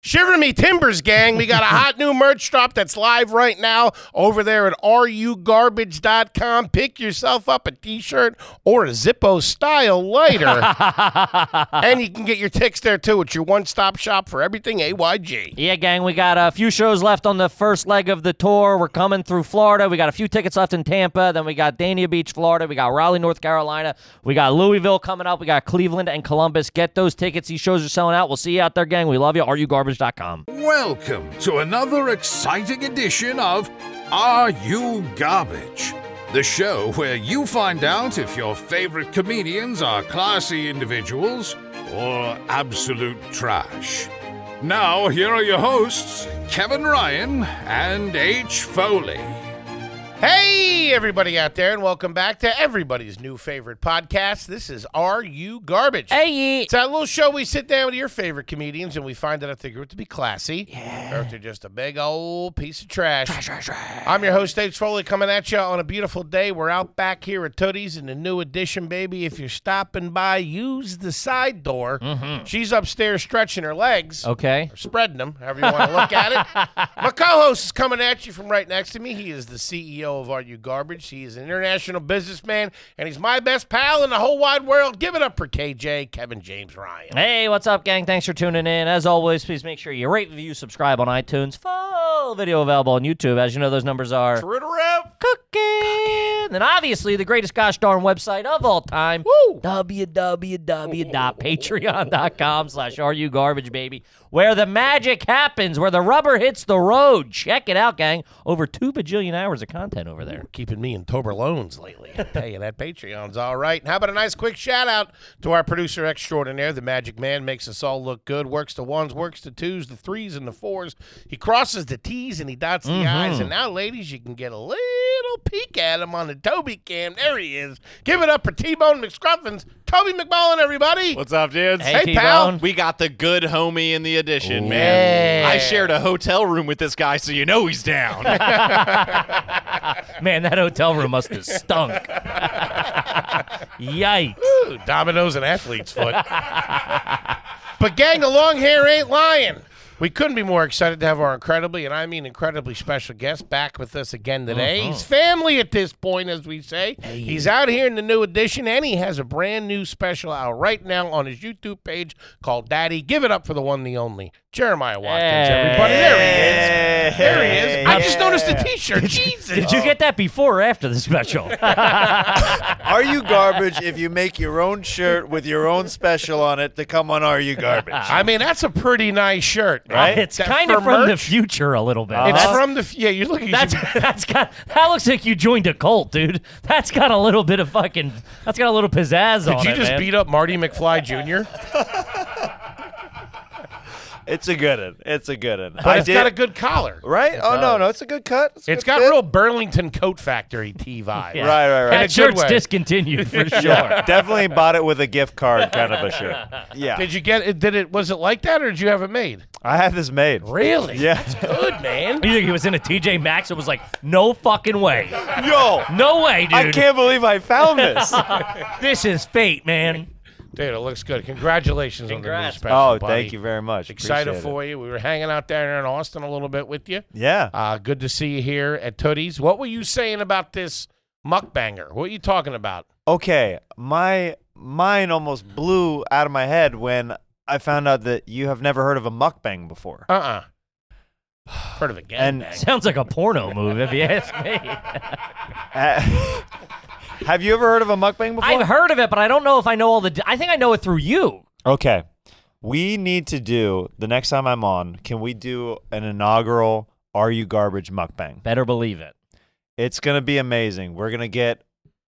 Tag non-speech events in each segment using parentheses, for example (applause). Shiver me timbers, gang. We got a hot new merch drop that's live right now over there at rugarbage.com. Pick yourself up a t-shirt or a Zippo style lighter. and you can get your ticks there too. It's your one-stop shop for everything AYG. Yeah, gang, we got a few shows left on the first leg of the tour. We're coming through Florida. We got a few tickets left in Tampa. Then we got Dania Beach, Florida. We got Raleigh, North Carolina. We got Louisville coming up. We got Cleveland and Columbus. Get those tickets. These shows are selling out. We'll see you out there, gang. We love you. RUGarbage.com. Welcome to another exciting edition of Are You Garbage? The show where you find out if your favorite comedians are classy individuals or absolute trash. Now, here are your hosts, Kevin Ryan and H. Foley. Hey, everybody out there, and welcome back to everybody's new favorite podcast. This is Are You Garbage? Hey, It's that little show we sit down with your favorite comedians and we find out if they're going to be classy or if they're just a big old piece of trash. I'm your host, Dave Foley, coming at you on a beautiful day. We're out back here at Tootie's in the new edition, baby. If you're stopping by, use the side door. She's upstairs stretching her legs. okay. or Spreading them, however you want to look at it. My co host is coming at you from right next to me. He is the CEO of Are You Garbage. He is an international businessman, and he's my best pal in the whole wide world. Give it up for KJ, Kevin James Ryan. Hey, what's up, gang? Thanks for tuning in. As always, please make sure you rate, review, subscribe on iTunes. Full video available on YouTube. As you know, those numbers are cooking. And obviously, the greatest gosh darn website of all time, Woo. www.patreon.com slash RU Garbage, baby, where the magic happens, where the rubber hits the road. Check it out, gang. Over two bajillion hours of content over there. Keeping me in Tober loans lately. I tell you, that Patreon's all right. And How about a nice quick shout out to our producer extraordinaire, the magic man, makes us all look good, works the ones, works the twos, the threes, and the fours. He crosses the T's and he dots the I's. And now, ladies, you can get a little peek at him on the Toby cam. There he is. Give it up for T Bone McScruffins, Toby McMullen, everybody. What's up, dudes? Hey, pal. T-Bone. We got the good homie in the edition, man. I shared a hotel room with this guy, so you know (laughs) he's down. Man, that hotel room must have stunk. (laughs) Yikes. Ooh, dominoes and athlete's (laughs) foot. but gang, the long hair ain't lying. We couldn't be more excited to have our incredibly, and I mean incredibly special guest back with us again today. Uh-huh. He's family at this point, as we say. He's out here in the new edition, and he has a brand new special out right now on his YouTube page called Daddy. Give it up for the one, the only, Jeremiah Watkins, everybody. There he is. There he is. I just noticed the t shirt. Jesus. Did you get that before or after the special? Are you garbage if you make your own shirt with your own special on it to come on Are You Garbage? I mean, that's a pretty nice shirt, right? (laughs) it's That kind for of from the merch? future a little bit. It's That's- from the f- yeah. You're looking. That's that's got that looks like you joined a cult, dude. That's got a little bit of fucking that's got a little pizzazz on Did you it, just man. beat up Marty McFly (laughs) Jr.? (laughs) It's a good one. It's a good one. But it's got a good collar. right? Oh no, no, it's a good cut. It's, a It's good got (laughs) fit. real Burlington Coat Factory (laughs) T vibe. Yeah. Right, right, in a right. that good shirt's way. (laughs) discontinued for sure. Yeah, (laughs) definitely bought it with a gift card kind of a shirt. (laughs) Yeah, Did you get it? Did it? Was it like that, or did you have it made? I have this made. Really? Yeah. That's good, man. You think he was in a TJ Maxx? It was like, no fucking way, (laughs) Yo, no way, dude. I can't believe I found this. This is fate, man. (laughs) Dude, it looks good. Congratulations on the new Congrats. special. oh, buddy. thank you very much. Excited Appreciate it. for you. We were hanging out there in Austin a little bit with you. Yeah. Uh, good to see you here at Tootie's. What were you saying about this muckbanger? What are you talking about? Okay, my mine almost blew out of my head when I found out that you have never heard of a mukbang before. Uh uh (sighs) Heard of a And- gangbang? Sounds like a porno move, if you ask (laughs) me. Uh, have you ever heard of a mukbang before? I've heard of it, but I don't know if I know all the. I think I know it through you. Okay. We need to do the next time I'm on, can we do an inaugural Are You Garbage mukbang? Better believe it. It's going to be amazing. We're going to get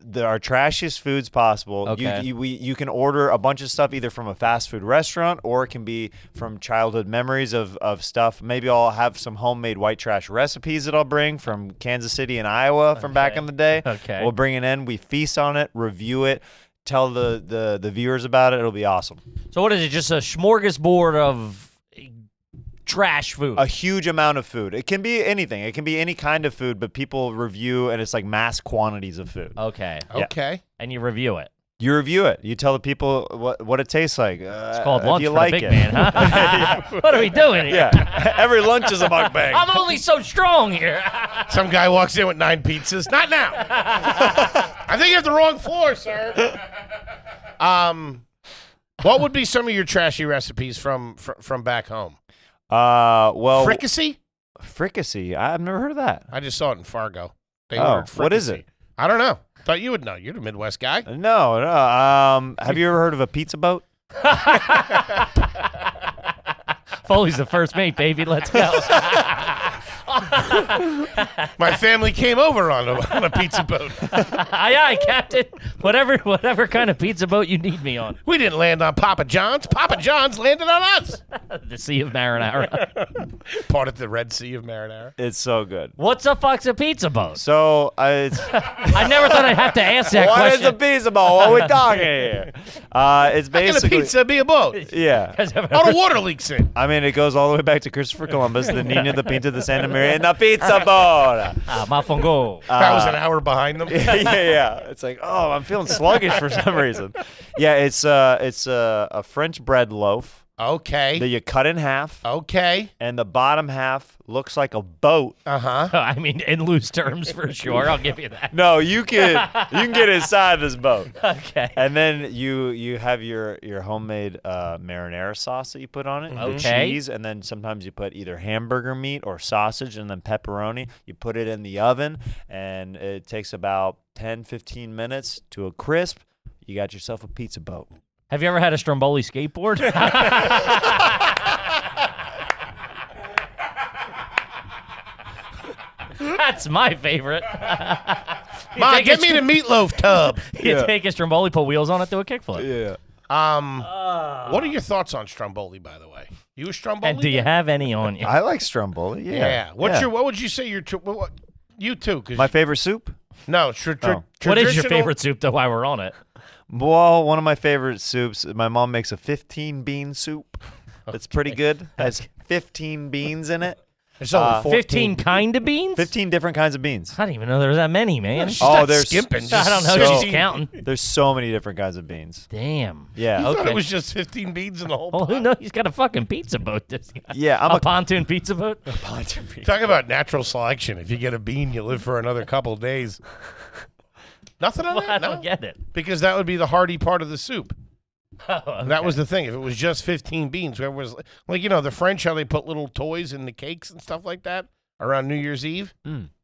the, our trashiest foods possible. Okay. You, you, we, you can order a bunch of stuff either from a fast food restaurant or it can be from childhood memories of, of stuff. Maybe I'll have some homemade white trash recipes that I'll bring from Kansas City and Iowa from back in the day. Okay. We'll bring it in. We feast on it, review it, tell the, the, the viewers about it. It'll be awesome. So what is it? Just a smorgasbord of trash food. a huge amount of food. It can be anything. It can be any kind of food, but people review and it's like mass quantities of food. okay, Okay. and you review it. You review it. You tell the people what, what it tastes like. Uh, It's called if lunch you for like the big it. man, huh? (laughs) what are we doing here? (laughs) Yeah. (laughs) Every lunch is a mukbang. (laughs) I'm only so strong here. (laughs) Some guy walks in with nine pizzas. Not now. I think you have the wrong floor, sir. Um, what would be some of your trashy recipes from fr- from back home? Uh, well, Fricassee? fricassee. I've never heard of that. I just saw it in Fargo. They Oh, ordered what is fricassee. it? I don't know. Thought you would know. You're the Midwest guy. No, no. Um, have you ever heard of a pizza boat? Foley's the first mate, baby. Let's go. (laughs) My family came over on a, on a pizza boat. aye, aye, Captain. Whatever, whatever kind of pizza boat you need me on. (laughs) We didn't land on Papa John's. Papa John's landed on us. The Sea of (laughs) Marinara. Part of the Red Sea of Marinara. It's so good. What's a fox a pizza boat? So (laughs) uh, it's I never thought I'd have to ask that what is question. a pizza boat? What are we (laughs) talking here? Uh, it's Can a basically pizza be a (laughs) boat? (laughs) yeah. All the water leaks in. I mean, it goes all the way back to Christopher Columbus, the Nina, the Pinta, the Santa (laughs) Maria, and the pizza boat. ah, (laughs) mafungo. I was an hour behind them. Uh, yeah, yeah. It's like, oh, I'm feeling sluggish for some reason. Yeah, it's uh, it's uh, a French bread loaf that Okay. you cut in half, Okay. and the bottom half looks like a boat. Uh huh. I mean, in loose terms, for sure. I'll give you (laughs) that. No, you can you can get inside this boat, Okay. and then you you have your your homemade uh, marinara sauce that you put on it, the Okay. cheese, and then sometimes you put either hamburger meat or sausage, and then pepperoni. You put it in the oven, and it takes about 10, 15 minutes to a crisp. You got yourself a pizza boat. Have you ever had a Stromboli skateboard? (laughs) That's my favorite. Ma, take get a me the scoop. meatloaf (laughs) tub. you take a Stromboli, put wheels on it, do a kickflip. Yeah. Um, what are your thoughts on Stromboli, by the way? You a Stromboli? Uh, And do you guy? have any on you? I like Stromboli. Yeah. Yeah. What's Yeah. your? What would you say your? tr- What, what, you too, because my favorite soup? no. Tr- tr- Oh. What is your traditional- favorite soup, though, while we're on it? Well, one of my favorite soups. My mom makes a 15 bean soup. That's pretty good. Has 15 beans in it. There's only Uh, 14. 15 kind of beans? 15 different kinds of beans. I didn't even know there was that many, man. She's Oh, not there's- skimping. I just (laughs) I don't know. so- She's counting. There's so many different kinds of beans. Damn. Yeah. Oh, I thought Okay. Oh. it was just 15 beads in the whole. Well, who knows? He's got a fucking pizza boat. This guy. Yeah, I'm a, a- pontoon pizza boat. Talk about natural selection. If you get a bean, you live for another couple of days. Nothing on Well, (laughs) I that, no? don't get it. because that would be the hearty part of the soup. (laughs) Oh, That was the thing. If it was just 15 beans, where was like you know the French how they put little toys in the cakes and stuff like that around New Year's Eve.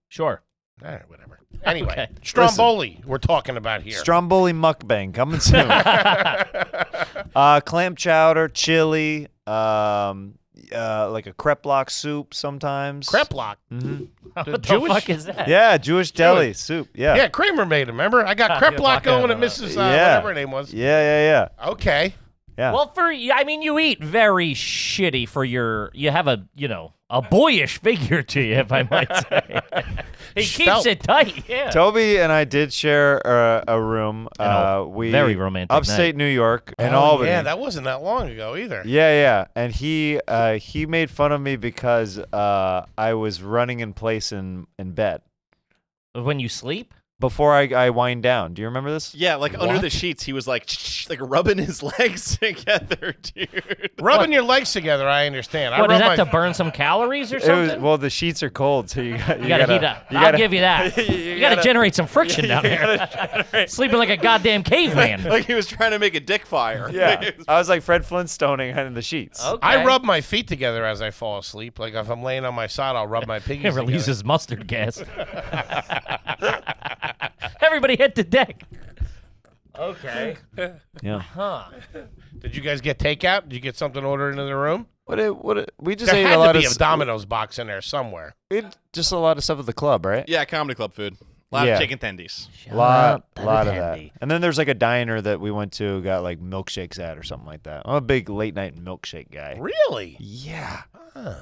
sure. All right, whatever. Anyway, Okay. Stromboli we're talking about here. Stromboli mukbang coming soon. (laughs) uh, clam chowder, chili, um, uh, like a creplock soup sometimes. Kreplach. The (laughs) what Jewish- the fuck is that? Yeah, Jewish deli soup. Yeah. Yeah, Kramer made him. Remember, I (laughs) got Kreplach going at Mrs. Uh, Yeah. whatever her name was. Yeah, yeah, yeah. Okay, Yeah. Well, for I mean, you eat very shitty for your. You have a you know a boyish (laughs) figure to you, if I might say. he keeps Svelte. it tight. Yeah. Toby and I did share uh, a room. Uh, we very romantic night. upstate New York in Oh, Albany. Yeah, that wasn't that long ago either. yeah, yeah, and he uh, he made fun of me because uh, I was running in place in in bed when you sleep. before I, I wind down. Do you remember this? Yeah, like under the sheets, he was like, (laughs) like rubbing his legs (laughs) together, dude. Rubbing your legs together, I understand. What I is rub that my- to burn some calories or It was, something? well, the sheets are cold, so you, got- you, you gotta, gotta (laughs) heat up. You I'll gotta, give you that. you, gotta, generate some friction down there. Sleeping like a goddamn caveman. (laughs) Like he was trying to make a dick fire. Yeah, I was like Fred Flintstoning in the sheets. Okay. I rub my feet together as I fall asleep. Like if I'm laying on my side, I'll (laughs) rub my piggies. It together. releases mustard gas. (laughs) Everybody hit the deck. Okay. Yeah. Did you guys get takeout? Did you get something ordered into the room? What? It, what? It, we just There ate had a lot to be of a Domino's box in there somewhere. it, just a lot of stuff at the club, right? Yeah, comedy club food. A lot Yeah. of chicken tendies. lot, Shut up, lot of that that. handy. And then there's like a diner that we went to, got like milkshakes at or something like that. I'm a big late night milkshake guy. Really? Yeah, Huh.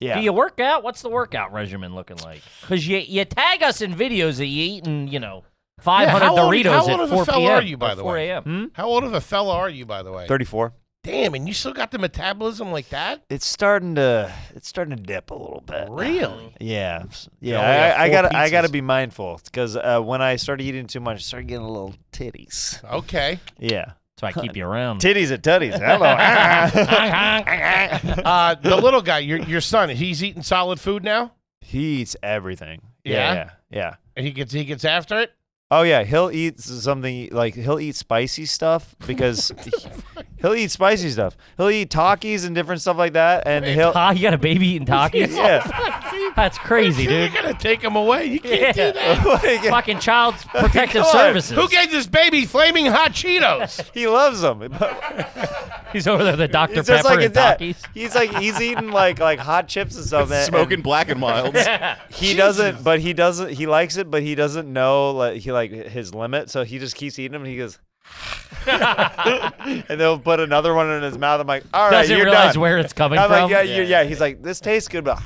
yeah. Do you work out? What's the workout regimen looking like? Because you, you tag us in videos that you eating, you know, 500 how old- Doritos how old at of a 4 fella p.m. are you, by or the 4 way? a.m. How old of a fella are you, by the way? Thirty-four. Damn, and you still got the metabolism like that? It's starting to it's starting to dip a little bit. Really? Yeah, s- only have yeah. I, I four gotta I gotta pizzas. be mindful because uh, when I started eating too much, I started getting a little titties. Okay. Yeah, That's why I keep you around. (laughs) (laughs) titties at tutties. Hello. (laughs) Uh, the little guy, your your son, he's eating solid food now, he eats everything. Yeah? yeah, yeah. yeah. and he gets he gets after it. Oh yeah, he'll eat s- something like he'll eat spicy stuff (laughs) because he- he'll eat spicy stuff. He'll eat Takis and different stuff like that, and he'll Ah, you got a baby eating Takis? yeah. That's crazy, You're dude. gonna take him away. You can't do that. (laughs) Like, Fucking child protective Come on. services. Who gave this baby flaming hot Cheetos? he loves them. He's over there, the Dr. It's just Pepper like and it's that. Takis. He's like he's eating like like hot chips and stuff. and- Smoking and (laughs) black and wilds. he doesn't, but he doesn't. He likes it, but he doesn't know like he like his limit. So he just keeps eating them. And he goes. (laughs) and they'll put another one in his mouth. I'm like, all right, Doesn't you're realize done. where it's coming I'm from. like, yeah, yeah, yeah. He's like, this tastes good, but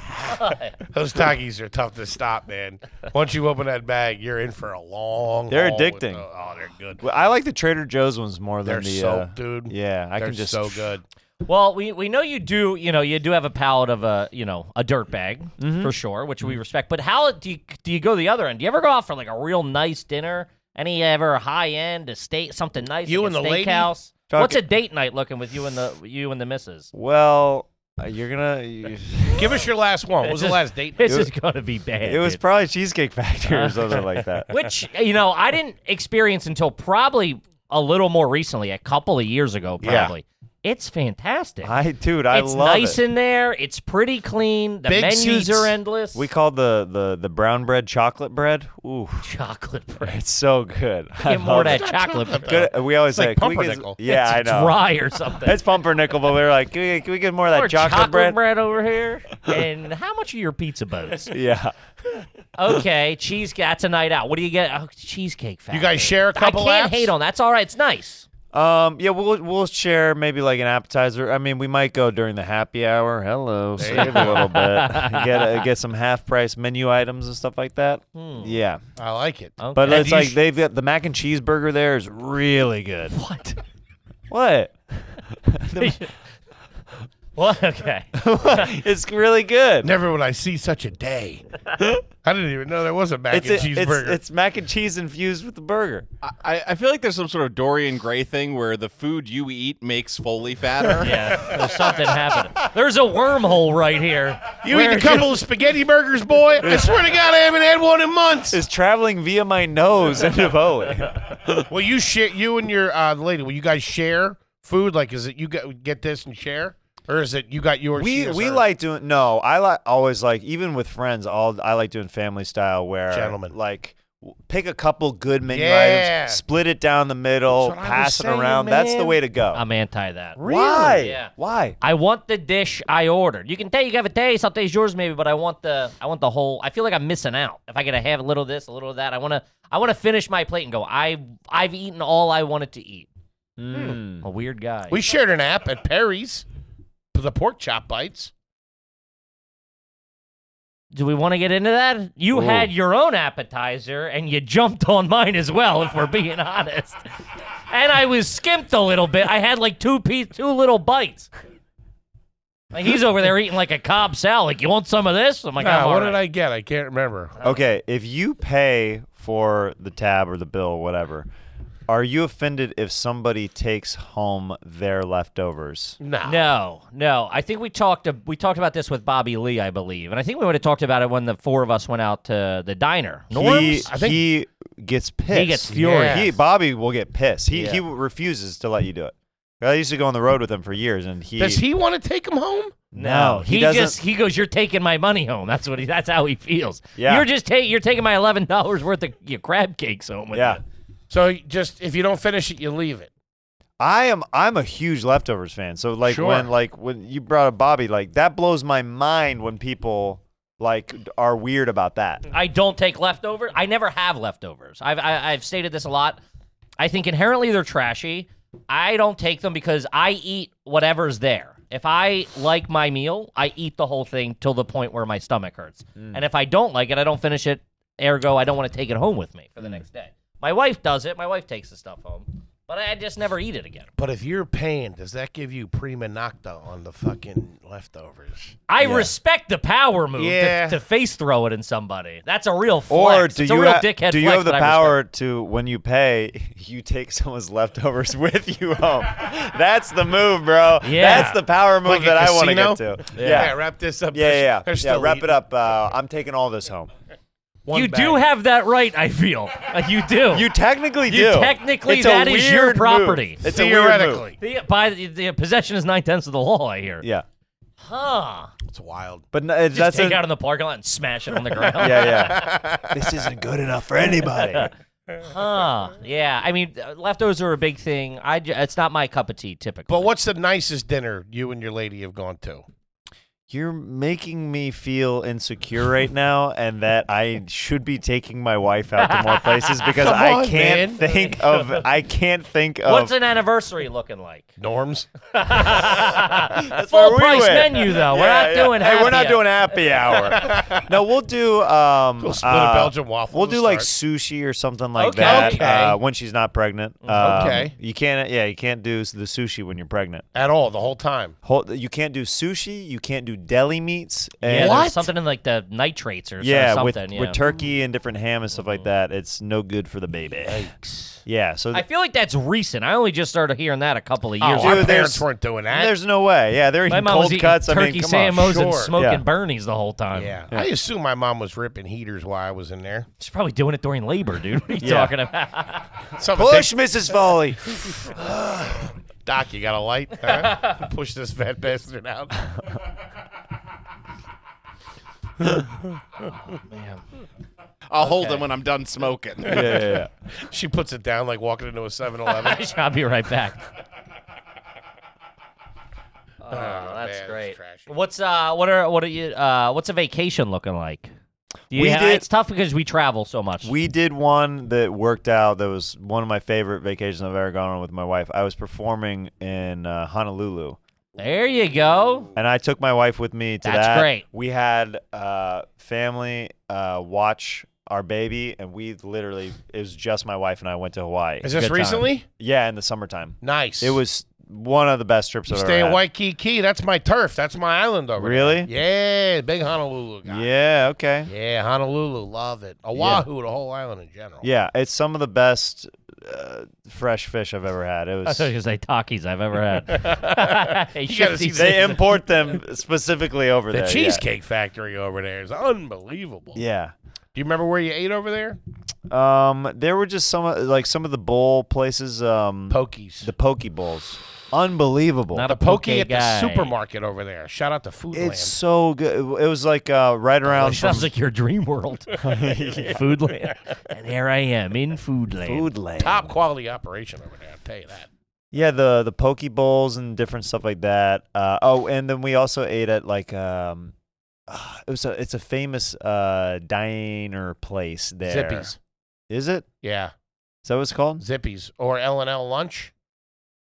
Those Takis are tough to stop, man. Once you open that bag, you're in for a long. They're haul with addicting. the- oh, they're good. Well, I like the Trader Joe's ones more than They're the soaked, uh, dude. Yeah, I they're can just so good. Well, we, we know you do, you know, you do have a palate of a, you know, a dirt bag Mm-hmm. for sure, which we respect. But how do you, do you go the other end? Do you ever go out for like a real nice dinner? Any ever high end, a state something nice? You like and a the lady? steakhouse? Talk- What's a date night looking with you and the you and the missus? Well, uh, (laughs) you're gonna. you- Give us your last one. What was (laughs) the It's last date? (laughs) This is gonna be bad. it was dude. Uh-huh. probably Cheesecake Factory or something like that. (laughs) which you know I didn't experience until probably a little more recently, a couple of years ago, Yeah. probably. It's fantastic. I, dude, I it's love nice it. in there. It's pretty clean. The Big menus seats. are endless. we called the the the brown bread chocolate bread. Ooh, chocolate (laughs) bread. it's so good. I Get more of love that it. chocolate bread. Good- We always It's say, like "Can we get- pumpernickel." yeah, I It's know. Dry or something. It's pumpernickel, but we were like, can we, can we get more of that More chocolate, bread. over (laughs) here. and how much are your pizza boats? Yeah. Okay, cheesecake. That's a night out. What do you get? Oh, cheesecake factory. You guys share a couple I can't laps? hate on. that. That's all right. It's nice. Um. Yeah. We'll we'll share maybe like an appetizer. I mean, we might go during the happy hour. Hello, save a little (laughs) bit. Get a, get some half price menu items and stuff like that. Yeah. I like it. Okay. But And it's Hmm. you like sh- they've got the mac and cheeseburger there is really good. what? (laughs) What? What? Okay. it's really good. Never would I see such a (laughs) day. I didn't even know there was a mac It's, and a- it's cheeseburger. it's mac and cheese infused with the burger. I, I feel like there's some sort of Dorian Gray thing where the food you eat makes Foley fatter. Yeah, there's something happening. There's a wormhole right here. you eat a couple of spaghetti burgers, boy. (laughs) I swear to God, I haven't had one in months. It's traveling via (laughs) my nose into Bowie. Well, you share you and your uh, lady. Will you guys share food? Like, is it you get get this and share, or is it you got yours? she We has we hers? like doing no. I like always like even with friends. All I like doing family style where Gentlemen. like w- pick a couple good menu Yeah. items, split it down the middle, That's what I was pass it saying, around. That's the man. way to go. I'm anti that. Why? Yeah. Why? I want the dish I ordered. You can take, you have a taste. I'll taste yours maybe, but I want the, I want the whole. I feel like I'm missing out if I get to have a little of this, a little of that. I want to, I want to finish my plate and go. I, I've eaten all I wanted to eat. I'm a weird guy. We shared an app at Perry's, for the pork chop bites. Do we want to get into that? You had your own appetizer and you jumped on mine as well, if we're being honest. And I was skimped a little bit. I had like two piece, two little bites. Like he's over there eating like a cob salad. Like, you want some of this? I'm like, Nah, I'm what all did right." I get? I can't remember. Okay, if you pay for the tab or the bill, or whatever, are you offended if somebody takes home their leftovers? Nah. No, no. I think we talked we talked about this with Bobby Lee, I believe, and I think we would have talked about it when the four of us went out to the diner. Norms, He, I think- he gets pissed. he gets furious. He, Bobby will get pissed. He Yeah. he refuses to let you do it. I used to go on the road with him for years, and he Does he want to take them home? no he, doesn't. just he goes, "You're taking my money home." That's what he. That's how he feels. Yeah. You're just taking you're taking my eleven dollars worth of your crab cakes home. With yeah. you." So just if you don't finish it, you leave it. I am I'm a huge leftovers fan. So like Sure. when like when you brought up Bobby, like that blows my mind when people like are weird about that. I don't take leftovers. I never have leftovers. I've I, I've stated this a lot. I think inherently they're trashy. I don't take them because I eat whatever's there. If I like my meal, I eat the whole thing till the point where my stomach hurts. Mm. And if I don't like it, I don't finish Mm. it. Ergo, I don't want to take it home with me for the next day. My wife does it. My wife takes the stuff home. But I just never eat it again. But if you're paying, does that give you prima nocta on the fucking leftovers? I respect the power move to- Yeah. to, face throw it in somebody. That's a real flex. Or do it's you a real ha- dickhead do you flex have the that I respect. power to when you pay (laughs) you take someone's leftovers with you home? That's the move, bro. Yeah. That's the power move Like a that I want to casino? get to. Yeah, Yeah. wrap this up. Yeah, They're- yeah, yeah. they're still wrap it eating. up. Uh, I'm taking all this home. One you bag. do have that right, I feel. Like you do. You technically You do. technically- It's a that is your weird move. property. It's a weird move. theoretically. the, by the, the possession is nine tenths of the law, I hear. Yeah, Huh. It's wild. but no, it- Just that's take it a, out in the parking lot and smash it (laughs) on the ground. yeah, yeah. (laughs) this isn't good enough for anybody. Huh. Yeah. I mean, uh, leftovers are a big thing. I ju- it's not my cup of tea typically. But what's the nicest dinner you and your lady have gone to? You're making me feel insecure right now, and that I should be taking my wife out to (laughs) more places because Come I on, can't man. think of I can't think of What's an anniversary looking like? Norms. (laughs) Full where we price went. menu though. We're Yeah, not yeah. doing. Hey, we're not happy doing happy hour. no, we'll do. Um, We'll split a uh, Belgian waffle We'll to do like start. sushi or something like Okay. Mm-hmm. that Okay. Uh, when she's not pregnant. Um, Okay. You can't. Yeah, you can't do the sushi when you're pregnant. At all, the whole time. Whole, you can't do sushi. You can't do deli meats. Yeah, And there's something in like the nitrates or Yeah, something. with, yeah. Mm-hmm. with turkey and different ham and stuff like that, it's no good for the baby. Yeah, so I feel like that's recent. I only just started hearing that a couple of years. Oh, our Dude, parents there's- weren't doing that. there's no way. Yeah, they're My eating mom was cold eating cuts. turkey I mean, come Samos on, and sure. smoking Yeah. Bernies the whole time. yeah. I assume my mom was ripping heaters while I was in there. she's probably doing it during labor, dude. What are you (laughs) Yeah. talking about? Something (laughs) Push, Mrs. Foley. take- Doc, you got a light? Huh? Push this fat bastard out. (laughs) I'll hold him when I'm done smoking. yeah, (laughs) yeah, yeah. She puts it down like walking into a 7 (laughs) Eleven. I'll be right (laughs) back. Oh, that's man, great. it's trashy. What's uh, what are what are you uh, what's a vacation looking like? Do you We have- did- it's tough because we travel so much. We did one that worked out. That was one of my favorite vacations I've ever gone on with my wife. I was performing in uh, Honolulu, there you (laughs) go. and I took my wife with me to That's that. great. We had uh, family uh, watch our baby, and we literally it was just my wife and I went to Hawaii. Is this Good time. recently? Yeah, in the summertime. Nice. It was one of the best trips I've Stay in ever had. Waikiki. That's my turf. That's my island over Really? there. Yeah, big Honolulu guy. Yeah. Okay. Yeah, Honolulu, love it. Oahu, the whole island in general. Yeah, it's some of the best uh, fresh fish I've ever (laughs) had. It I thought you were was. gonna say Takis I've ever (laughs) had. Hey, You gotta see shifty that They (laughs) import them specifically over The there. yeah. Cheesecake Factory over there is unbelievable. Yeah. Do you remember where you ate over there? Um, there were just some of- like some of the bowl places. Um, Pokies. the poke bowls, unbelievable. Not the a poke poke at guy. the supermaret over there. Shout out to Foodland. it's so good. It was like uh, right around from Sounds like your dream world, (laughs) Foodland. And here I am in Foodland. Foodland. Top quality operation over there. I'll tell you that. Yeah, the the poke bowls and different stuff like that. Uh, oh, and then we also ate at like um, ah, it was a it's a famous uh diner place there. Zippies. Is it? Yeah, Is that what it's called? Zippies or L and L lunch.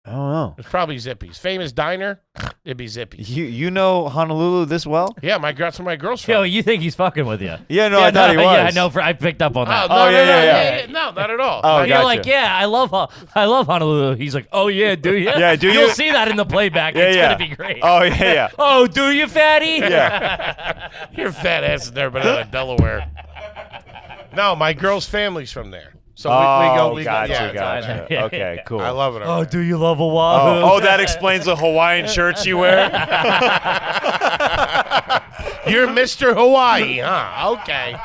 I don't know. It's probably Zippies. Famous diner. It'd be Zippies. You you know Honolulu this well? Yeah, my that's where my girls from. Yo, you think he's fucking with you? Yeah, no, yeah, I thought he (laughs) was. Yeah, I know. For, I picked up on Oh, that. no, Oh, no, no, yeah, yeah, yeah, yeah. yeah. no, not at all. Oh, Not- You're Gotcha. like, yeah, I love, Ho- I love Honolulu. He's like, oh yeah, do you? Yeah, do You'll you? see that in the playback. Yeah, it's yeah. gonna be great. Oh yeah, (laughs) yeah. Oh, do you, fatty? Yeah. Your fat ass has never been out of Delaware. No, my girl's family's from there. So we, we go. Oh, We gotcha, go, yeah, it's all gotcha. (laughs) Yeah, Okay, cool. that. I love it. over (laughs) Oh, there. do you love Oahu? Oh, that explains the Hawaiian shirts you (laughs) wear. You're Mr. Hawaii, huh? Okay.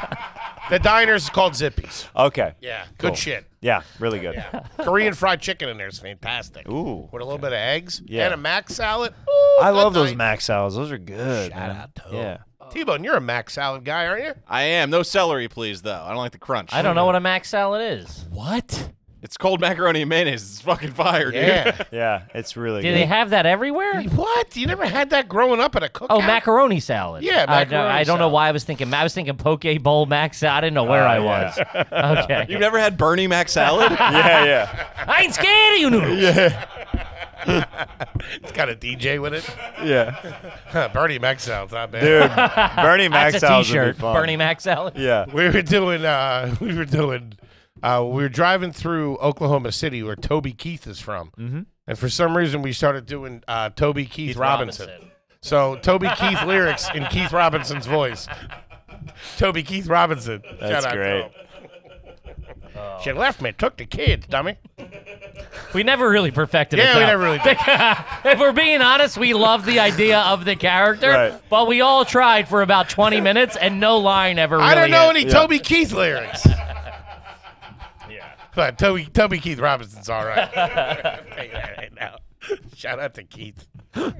The diner's called Zippies. Okay. (laughs) Yeah, good shit. Yeah, really good. Korean fried chicken in there is fantastic. Ooh, With a little bit of eggs Yeah. and a mac salad. I love those mac. Mac salads. Those are good. man. yeah. T-Bone, you're a mac salad guy, aren't you? I am. No celery, please, though. I don't like the crunch. I don't know what a mac salad is. What? It's cold macaroni and mayonnaise. It's fucking fire, dude. (laughs) Yeah. Yeah, it's really Do good. they have that (laughs) everywhere? what? You never had that growing up at a cookout? Oh, macaroni salad. Yeah, I don't- macaroni I, don't know salad. why I was thinking. I was thinking poke bowl mac salad. I didn't know where Oh, I (laughs) yeah. was. Okay. You've never had Bernie Mac (laughs) salad? yeah, yeah. I ain't scared of you (laughs) noodles. It's got a DJ with it. (laughs) Yeah. Bernie mac salad's not bad. Dude, Bernie Mac That's a salads would be T-shirt. fun. Bernie Mac salad. Yeah. (laughs) We were doing uh we were doing Uh, we were driving through Oklahoma City, where Toby Keith is from, mm-hmm. and for some reason we started doing uh, Toby Keith, Robinson. Robinson. So Toby Keith lyrics in Keith Robinson's voice. (laughs) Toby Keith Robinson. That's Shout out to great. him. (laughs) She left me, took the kids, dummy. We never really perfected it. Yeah, we though. never really did. if we're being honest, we love the idea of the character, Right. but we all tried for about 20 minutes and no line ever really I don't know hit. any Toby Keith (laughs) lyrics. yeah. But Toby Toby Keith Robinson's all (laughs) right. Tell you that right now. Shout out to Keith. All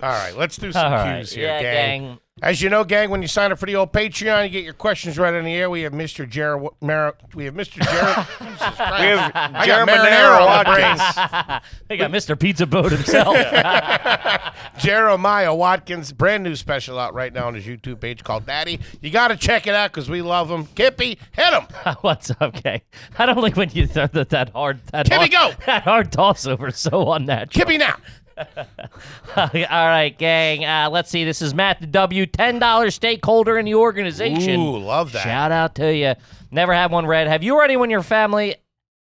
right, let's do some All cues right. here, Yeah, gang. gang. As you know, gang, when you sign up for the old Patreon, you get your questions right on the air. We have Mr. Jer- Mar- we have Mr. Jer- Jesus Christ. We have (laughs) (laughs) I got Jeremy marinara on the Watkins. brain. They got Mr. Pizza Boat himself. (laughs) Jeremiah Watkins, brand new special out right now on his YouTube page called Daddy. You got to check it out because we love him. Kippy, hit him. Uh, What's up, gang? I don't like when you throw that, that hard that Here we hard, go. that hard toss over is so unnatural. Kippy now. (laughs) All right, gang. Uh, let's see. This is Matt the W, ten dollars stakeholder in the organization. Ooh, love that. Shout out to you. Never had one red. Have you or anyone in your family?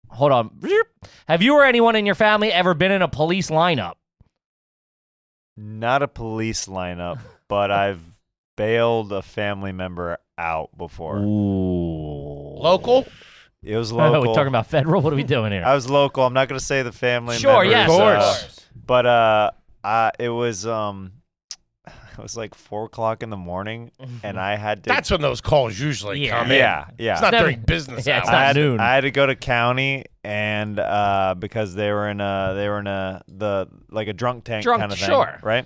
Hold on. Beep. Have you or anyone in your family ever been in a police lineup? Not a police lineup, but I've bailed a family member out before. Ooh. Local. (laughs) It was Are local. we talking about federal? What are (laughs) we doing I here? was local. I'm not going to say the family. Sure, members, yes, Of uh, course. but uh, I, it was um, (laughs) it was like four o'clock in the morning, Mm-hmm. and I had to. That's when those calls usually Yeah. come in. yeah, yeah. It's not Never- during business Yeah, it's hours. not I had, noon. I had to go to county and uh, because they were in a they were in a the like a drunk tank Drunk, kind of thing, sure. right?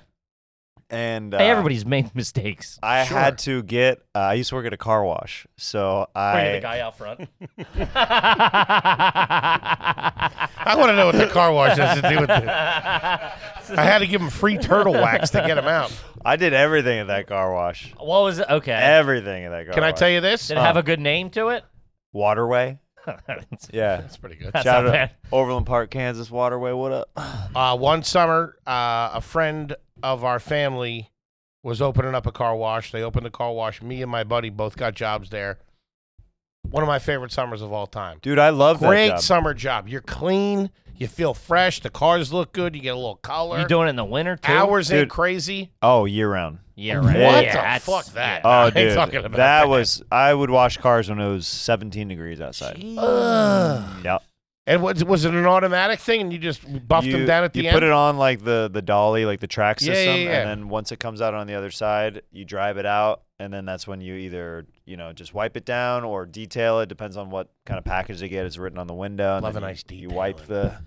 And uh, Hey, everybody's made mistakes. I had to get. Uh, I used to work at a car wash, so Bringing guy I out (laughs) front. I want to know what the car wash has to do with it. I had to give him free turtle wax to get him out. I did everything at that car wash. (laughs) What was it? Okay. Everything at that car. Can I wash. tell you this? Did it have uh, a good name to it? (laughs) Waterway? That's (laughs) Yeah. That's pretty good. Shout not out bad. Overland Park, Kansas. Waterway. What up? (sighs) Uh, one summer, uh, a friend of our family was opening up a car wash. They opened a car wash. Me and my buddy both got jobs there. One of my favorite summers of all time. Dude, I love Great that job. summer job. You're clean. You feel fresh. The cars look good. You get a little color. You doing it in the winter too? Hours ain't Dude. crazy. oh, year round. Yeah, right. What yeah, the that's- fuck that? (laughs) I Oh, ain't dude, talking that, about that. was. I would wash cars when it was 17 degrees outside. Yeah, And was, was it an automatic thing and you just buffed you, them down at the you end? put it on like the the dolly, like the track Yeah, system, yeah, yeah. and then once it comes out on the other side, you drive it out, and then that's when you either you know just wipe it down or detail it. Depends on what kind of package they get. It's written on the window. and Love then a you- nice You wipe the.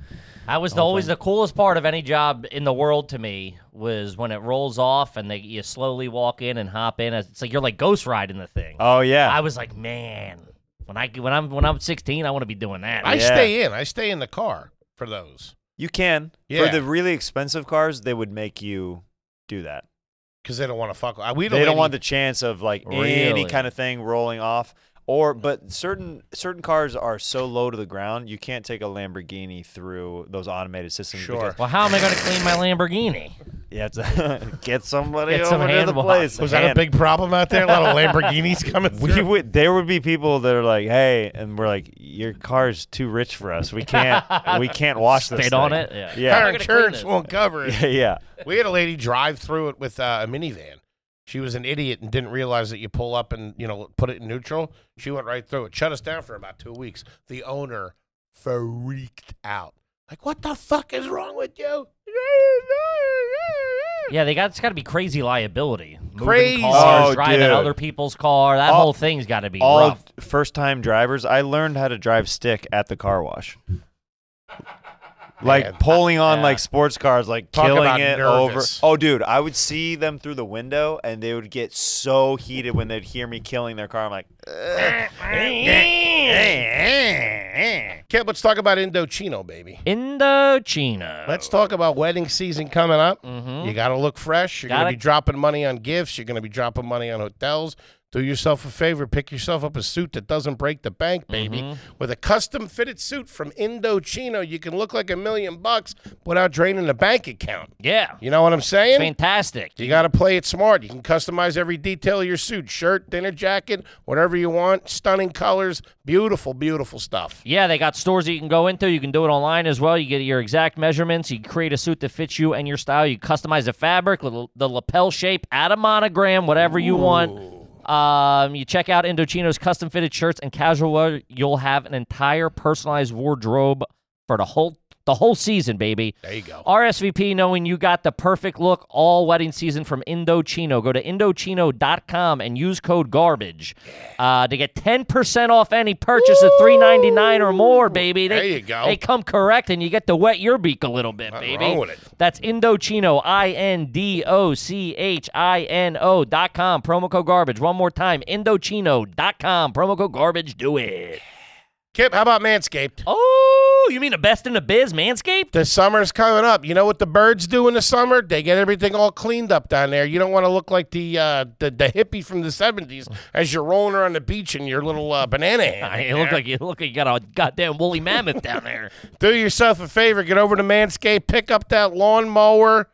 That was the, always the coolest part of any job in the world to me was when it rolls off and they, you slowly walk in and hop in. It's like you're like ghost riding the thing. Oh yeah. I was like, man, when I when I'm when I'm 16, I want to be doing that. I Yeah. stay in. I stay in the car for those You can. Yeah. For the really expensive cars, they would make you do that. because they don't want to fuck. I- We had a They don't lady- want the chance of like Really? any kind of thing rolling off. Or but certain certain cars are so low to the ground, you can't take a Lamborghini through those automated systems. Sure. because well, how am I going to clean my Lamborghini? You have to (laughs) get somebody Get over some to hand the wash. place. Was that a Hand- big problem out there? A (laughs) lot of Lamborghinis coming through. We would. There would be people that are like, "Hey," and we're like, "Your car's too rich for us. (laughs) We can't. we can't wash this." Spit on thing." it. Yeah. Our Yeah. gonna clean insurance it. won't cover it. Yeah. (laughs) yeah. We had a lady drive through it with uh, a minivan. She was an idiot and didn't realize that you pull up and you know put it in neutral. She went right through it. Shut us down for about two weeks. The owner freaked out. Like, what the fuck is wrong with you? Yeah, they got it's got to be crazy liability. Moving Crazy. cars, Oh, driving dude. other people's car. That All- whole thing's got to be All rough. first-time drivers. I learned how to drive stick at the car wash. Like Man. pulling on Yeah. like sports cars, like Talk killing about it nervous. over. Oh, dude, I would see them through the window, and they would get so heated when they'd hear me killing their car. I'm like, "Ugh." Kip, Eh, let's talk about Indochino, baby. Indochino. Let's talk about wedding season coming up. You got to look fresh. You're going to Gotta- be dropping money on gifts. You're going to be dropping money on hotels. Do yourself a favor. Pick yourself up a suit that doesn't break the bank, baby. With a custom fitted suit from Indochino, you can look like a million bucks without draining the bank account. yeah. You know what I'm saying? Fantastic. You got to play it smart. You can customize every detail of your suit shirt, dinner jacket, whatever you want. Stunning colors. Beautiful, beautiful stuff. Yeah, they got stores that you can go into. You can do it online as well. You get your exact measurements. You create a suit that fits you and your style. You customize the fabric, the the lapel shape, add a monogram, whatever you want. Um, you check out Indochino's custom fitted shirts and casual wear. You'll have an entire personalized wardrobe for the whole the whole season, baby. There you go. RSVP knowing you got the perfect look all wedding season from Indochino. Go to Indochino.com and use code garbage uh, to get 10% off any purchase of 399 or more, baby. They, There you go. They come correct and you get to wet your beak a little bit, baby. wrong with it. That's Indochino, I N D O C H I N O.com. Promo code garbage. One more time Indochino.com. Promo code garbage. Do it. Kip, how about Manscaped? Oh, you mean the best in the biz, Manscaped? The summer's coming up. You know what the birds do in the summer? They get everything all cleaned up down there. You don't want to look like the uh, the, the hippie from the '70s as you're rolling around the beach in your little uh, banana hand. I mean, (laughs) it looked like you look like you got a goddamn woolly mammoth down there. Do yourself a favor. Get over to Manscaped. Pick up that lawnmower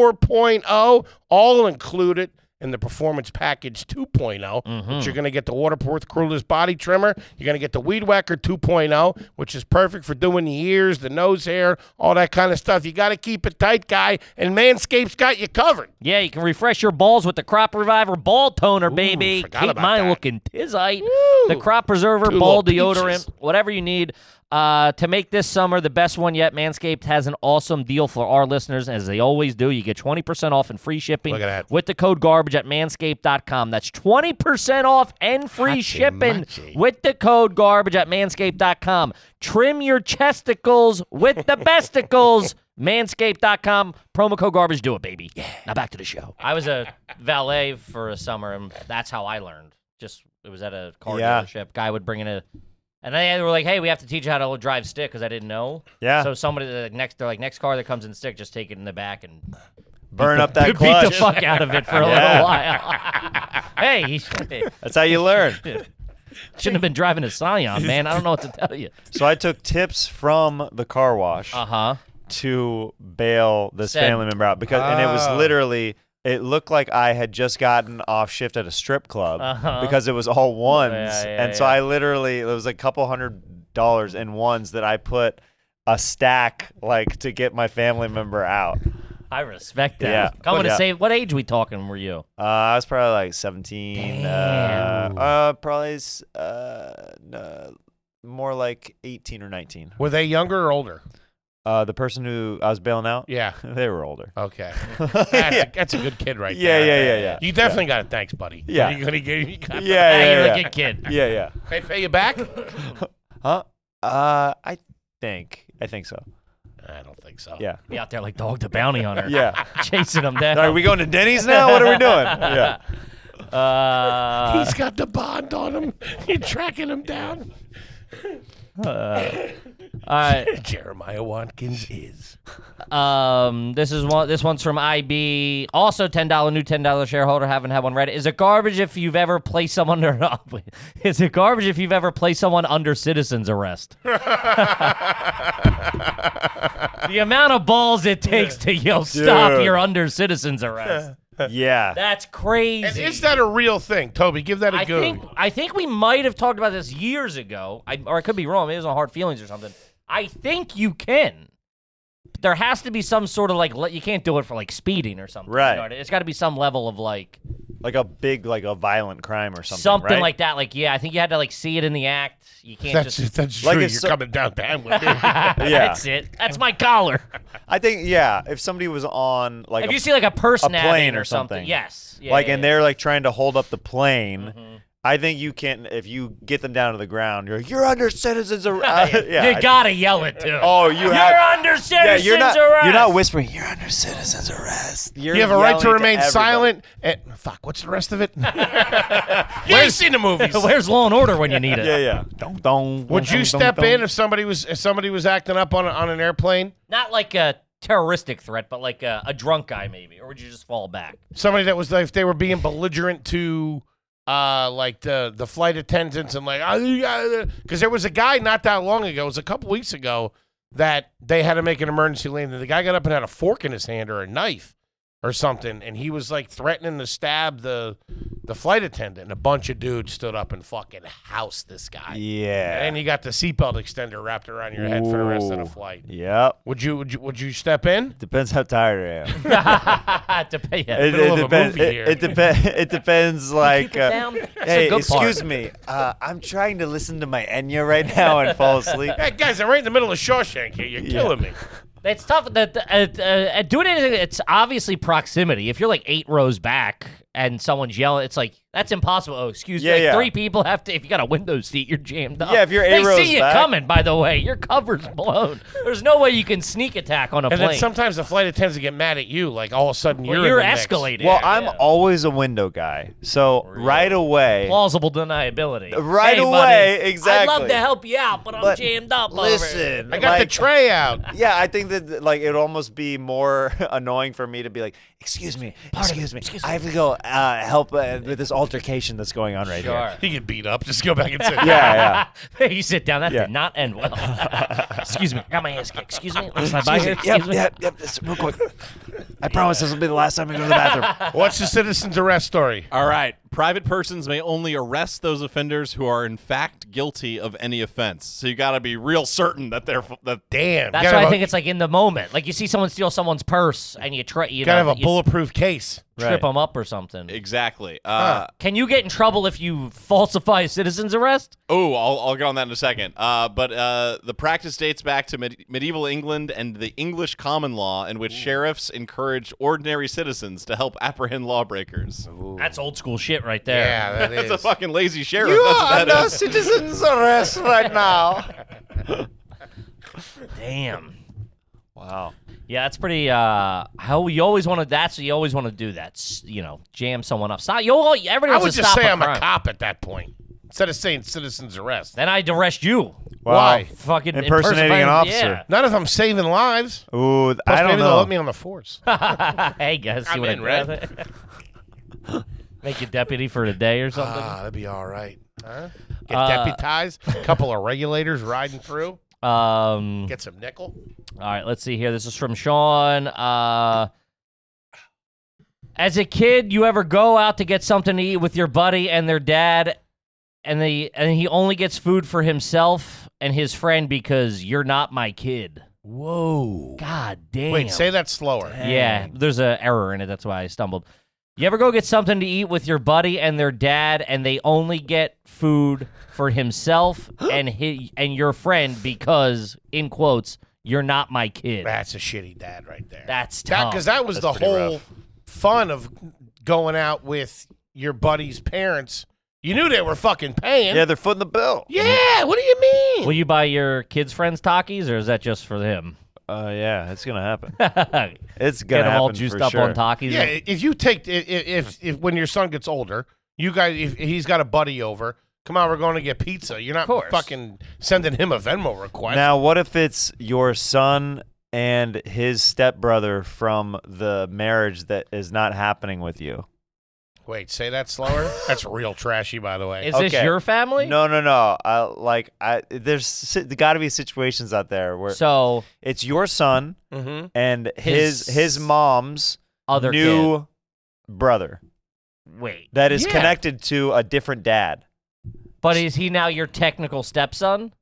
4.0, all included in the performance package 2.0. But you're going to get the waterproof cordless body trimmer. You're going to get the weed whacker 2.0, which is perfect for doing the ears, the nose hair, all that kind of stuff. You got to keep it tight, guy. And Manscaped's got you covered. Yeah, you can refresh your balls with the Crop Reviver Ball Toner, baby. forgot Keep about mine that. looking tizzite. The Crop Preserver Two Ball little peaches. Deodorant, whatever you need uh, to make this summer the best one yet. Manscaped has an awesome deal for our listeners, as they always do. You get 20% off and free shipping Look at that. with the code garbage at manscaped.com. That's 20% off and free shipping with the code garbage at manscaped.com. Trim your chesticles with the besticles. (laughs) Manscaped.com. Promo code garbage. Do it, baby. Now back to the show. I was a valet for a summer, and that's how I learned. Just, it was at a car Yeah. dealership. Guy would bring in a. And they were like, "Hey, we have to teach you how to drive stick because I didn't know." Yeah. So somebody the next, they're like, "Next car that comes in stick, just take it in the back and Burn up (laughs) that beat the clutch. fuck out of it for a Yeah. little while. (laughs) hey, he shouldn't That's how you learn. have been driving a Scion, man. I don't know what to tell you. So I took tips from the car wash Uh huh. to bail this Said- Oh. family member out because, and it was literally. It looked like I had just gotten off shift at a strip club Uh-huh. because it was all ones, Yeah, yeah, and so yeah. I literally it was a couple hundred dollars in ones that I put a stack like to get my family member out. I respect that. Yeah. Coming to Yeah. save. What age we talking? Were you? Uh, I was probably like 17. Uh, uh, probably s- uh, no, more like 18 or 19. Were they younger or older? Uh, the person who I was bailing out, (laughs) Yeah. they were older. (laughs) Okay. That's, Yeah. a, that's a good kid right Yeah, there. yeah, yeah, yeah. You definitely got it. Thanks, buddy. Yeah. You gonna get, you got, Yeah, Hey, yeah, you're yeah. a good kid. yeah, yeah. They pay you back? Huh? Uh, I think, I think so. I don't think so. Yeah, Be out there like dog the bounty hunter. yeah. (laughs) Chasing them down. Are we going to Denny's now? What are we doing? (laughs) Yeah. Uh, He's got the bond on him. You're tracking him down. all right. Jeremiah Watkins is. Um, this is one. This one's from IB. Also, ten dollar new ten dollar shareholder. Haven't had one read. Is it garbage if you've ever placed someone (laughs) under? is it garbage if you've ever placed someone under citizen's arrest? (laughs) the amount of balls it takes to yell "Stop! Dude. You're under citizen's arrest." Yeah. That's crazy. And is that a real thing, Toby? Give that a I go. think I think we might have talked about this years ago. I, or I could be wrong. Maybe it was on Hard Feelings or something. I think you can. There has to be some sort of like le- you can't do it for like speeding or something. you Right. know what I- it's got to be some level of like Like a big, like a violent crime or something. something, right? like that. Like yeah, I think you had to like see it in the act. You can't that's just. that's Like true. You're if so- coming down bad (laughs) with me. Yeah. That's it. That's my collar. I think, yeah. If somebody was on, like, if a you see like a purse a nabbing plane or or something, something. yes. Yeah, Mm-hmm. like yeah, and yeah. they're like trying to hold up the plane I think you can if you get them down to the ground. You're like, you're (laughs) under citizens arrest. (laughs) yeah, you I- gotta yell it too. Oh, you you're have. under citizen's yeah, you're not. arrest. You're not whispering. You're under citizens arrest. You're You have a right yelling to remain everybody. silent. And, fuck, what's the rest of it? (laughs) you ain't seen the (laughs) movies. Where's Law and Order when you need it? (laughs) Yeah, yeah. Dong, dong, Would dong, you dong, step dong. in if somebody was if somebody was acting up on a, on an airplane? Not like a terroristic threat, but like a, a drunk guy maybe, or would you just fall (laughs) back? (laughs) Somebody that was like, if they were being belligerent to uh like the the flight attendants and like "Ah, because there was a guy not that long ago, it was a couple weeks ago that they had to make an emergency landing. The guy got up and had a fork in his hand or a knife or something, and he was like threatening to stab the the flight attendant. And a bunch of dudes stood up and fucking housed this guy. Yeah. And you got the seatbelt extender wrapped around your head for the rest of the Ooh. flight. Yep. Would you would you would you step in? Depends how tired I (laughs) am. Depend- yeah. It, middle of a depends. movie It, here. it, depen- (laughs) it depends. Like, it down? uh, It's a hey, good part. excuse me. Uh, I'm trying to listen to my Enya right now and (laughs) fall asleep. Hey guys, I'm right in the middle of Shawshank here. You're killing me. It's tough. That uh, uh, doing anything, it's obviously proximity. If you're like eight rows back and someone's yelling, it's like that's impossible. Oh, excuse Yeah, me. Like, yeah. Three people have to. If you got a window seat, you're jammed up. Yeah, if you're eight they rows see you back. coming. By the way, your cover's blown. There's no way you can sneak attack on a And plane. then sometimes the flight attendants get mad at you. Like all of a sudden Well, you're in you're the mix. escalating. Well, Yeah, I'm yeah. always a window guy, so right away. plausible deniability. Right Hey, buddy, away, I'd love exactly. to help you out, but, I'm But jammed up. over here. Listen, I got the like- tray out. Yeah, I think that like it would almost be more (laughs) annoying for me to be like, "Excuse me, excuse me, I have to go uh, help uh, with this altercation that's going on right here." (laughs) He get beat up. Just go back and sit. Yeah, yeah. (laughs) There you sit down. That Yeah. did not end (laughs) well. Excuse me. I got my ass kicked. Excuse me. Lost my bike. Excuse me, Excuse Yep, me. yep, yep. This, real quick. I promise this will be the last time I go to the (laughs) bathroom. What's the citizen's arrest story? All right. Private persons may only arrest those offenders who are in fact guilty of any offense. So you got to be real certain that they're f- that Damn. That's gotta why have I a- think it's like in the moment. Like you see someone steal someone's purse and you try, you gotta know, have a you bulletproof case. trip Right. them up or something. exactly. Uh, Can you get in trouble if you falsify a citizen's arrest? Oh, I'll, I'll get on that in a second. Uh, but uh, the practice dates back to med- medieval England and the English common law, in which sheriffs encouraged ordinary citizens to help apprehend lawbreakers. That's old school shit right there. Yeah, that (laughs) That's a is. fucking lazy sheriff. That's what that is. citizen's arrest right now. Damn. Wow. Yeah, that's pretty. Uh, how you always want to. That's you always want to do that. s- You know, jam someone up. Stop. You. all- Everybody I wants would to just stop say a I'm a crime. cop at that point instead of saying citizen's arrest. Then I'd arrest you. Why? Fucking Impersonating an impersonating- officer. Not if I'm saving lives. Ooh, Plus, I don't maybe they'll know. let me on the (laughs) force. Yeah. hey guys, see I'm what in, I red. (laughs) Make you deputy for the day or something. ah, that'd be all right. Huh? Get Uh, deputized. A couple of regulators riding through. Um, Uh, Get some nickel. all right, let's see here. This is from Sean. Uh, as a kid, you ever go out to get something to eat with your buddy and their dad, and they and he only gets food for himself and his friend because you're not my kid. Whoa! God damn! Wait, say that slower. Yeah, there's a error in it. That's why I stumbled. You ever go get something to eat with your buddy and their dad, and they only get food for (gasps) himself and he, and your friend because, in quotes, you're not my kid. That's a shitty dad right there. That's that tough. because that was the pretty whole fun of going out with your buddy's parents. You knew they were fucking paying. Yeah, they're footing the bill. Yeah, what do you mean? Will you buy your kids' friends Takis, or is that just for (laughs) him? Uh, yeah, it's gonna happen. Get It's gonna them happen all juiced for up sure. on Takis. yeah, i- if you take i- i- if, if when your son gets older, you guys if he's got a buddy over, come on, we're going to get pizza. You're not course. fucking sending him a Venmo request. Now, what if it's your son and his stepbrother from the marriage that is not happening with you? Wait, say that (laughs) slower. That's real trashy, by the way. Is this Okay. your family? No, no, no. I, like, I, there's si- got to be situations out there where So it's your son Mm-hmm. and His his his, mom's other new brother kid. Wait, that is Yeah. connected to a different dad. but is he now your technical stepson?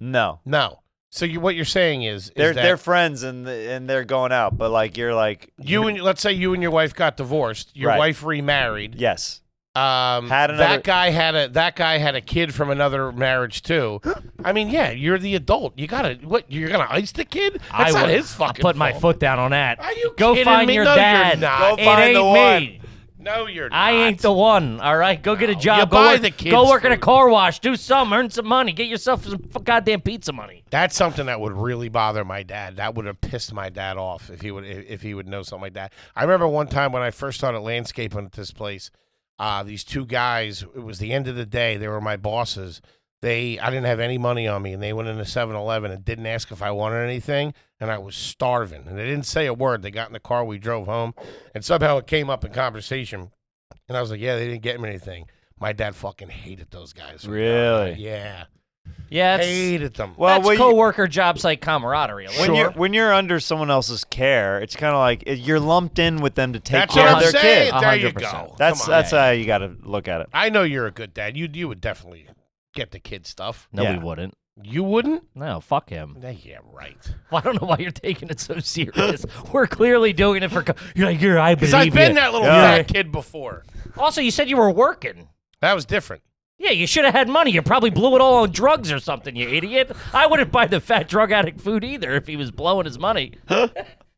No, No. So you, what you're saying is, is they're that they're friends and the, and they're going out, but like you're like you and let's say you and your wife got divorced. Your Right. wife remarried. yes, Um, Had another- that guy had a that guy had a kid from another marriage too. I mean, yeah, you're the adult. You gotta what? You're gonna ice the kid? That's not would- his fucking. I put my fault. foot down on that. Are you Go kidding find me? your No, you're dad. not. Go it find ain't the me. No, you're not. I ain't the one. All right, go get a job. You go buy work, the kids go work in a food. car wash. Do some. Earn some money. Get yourself some f- goddamn pizza money. That's something that would really bother my dad. That would have pissed my dad off if he would if he would know something like that. I remember one time when I first started landscaping at this place, uh, these two guys. It was the end of the day. They were my bosses. They I didn't have any money on me, and they went into 7-Eleven and didn't ask if I wanted anything, and I was starving, and they didn't say a word. They got in the car, we drove home, and somehow it came up in conversation, and I was like, "Yeah, they didn't get me anything." My dad fucking hated those guys. Really? "Oh, Yeah, Yeah, it's, hated them. Well, that's what you- coworker job site camaraderie. a little. When you're when you're under someone else's care, it's kind of like it- you're lumped in with them to take That's care what of I'm their saying. kid. There you 100%. go. That's Come on. that's how you got to (laughs) look at it. I know you're a good dad. You you would definitely get the kid stuff. No, we Yeah. wouldn't. You wouldn't? No, fuck him. Nah, Yeah, right. (laughs) I don't know why you're taking it so serious. We're clearly doing it for. Co- you're like, you're. I Because believe I've been you. that little Yeah. fat kid before. Also, you said you were working. That was different. Yeah, you should have had money. You probably blew it all on drugs or something, you idiot. I wouldn't buy the fat drug addict food either if he was blowing his money.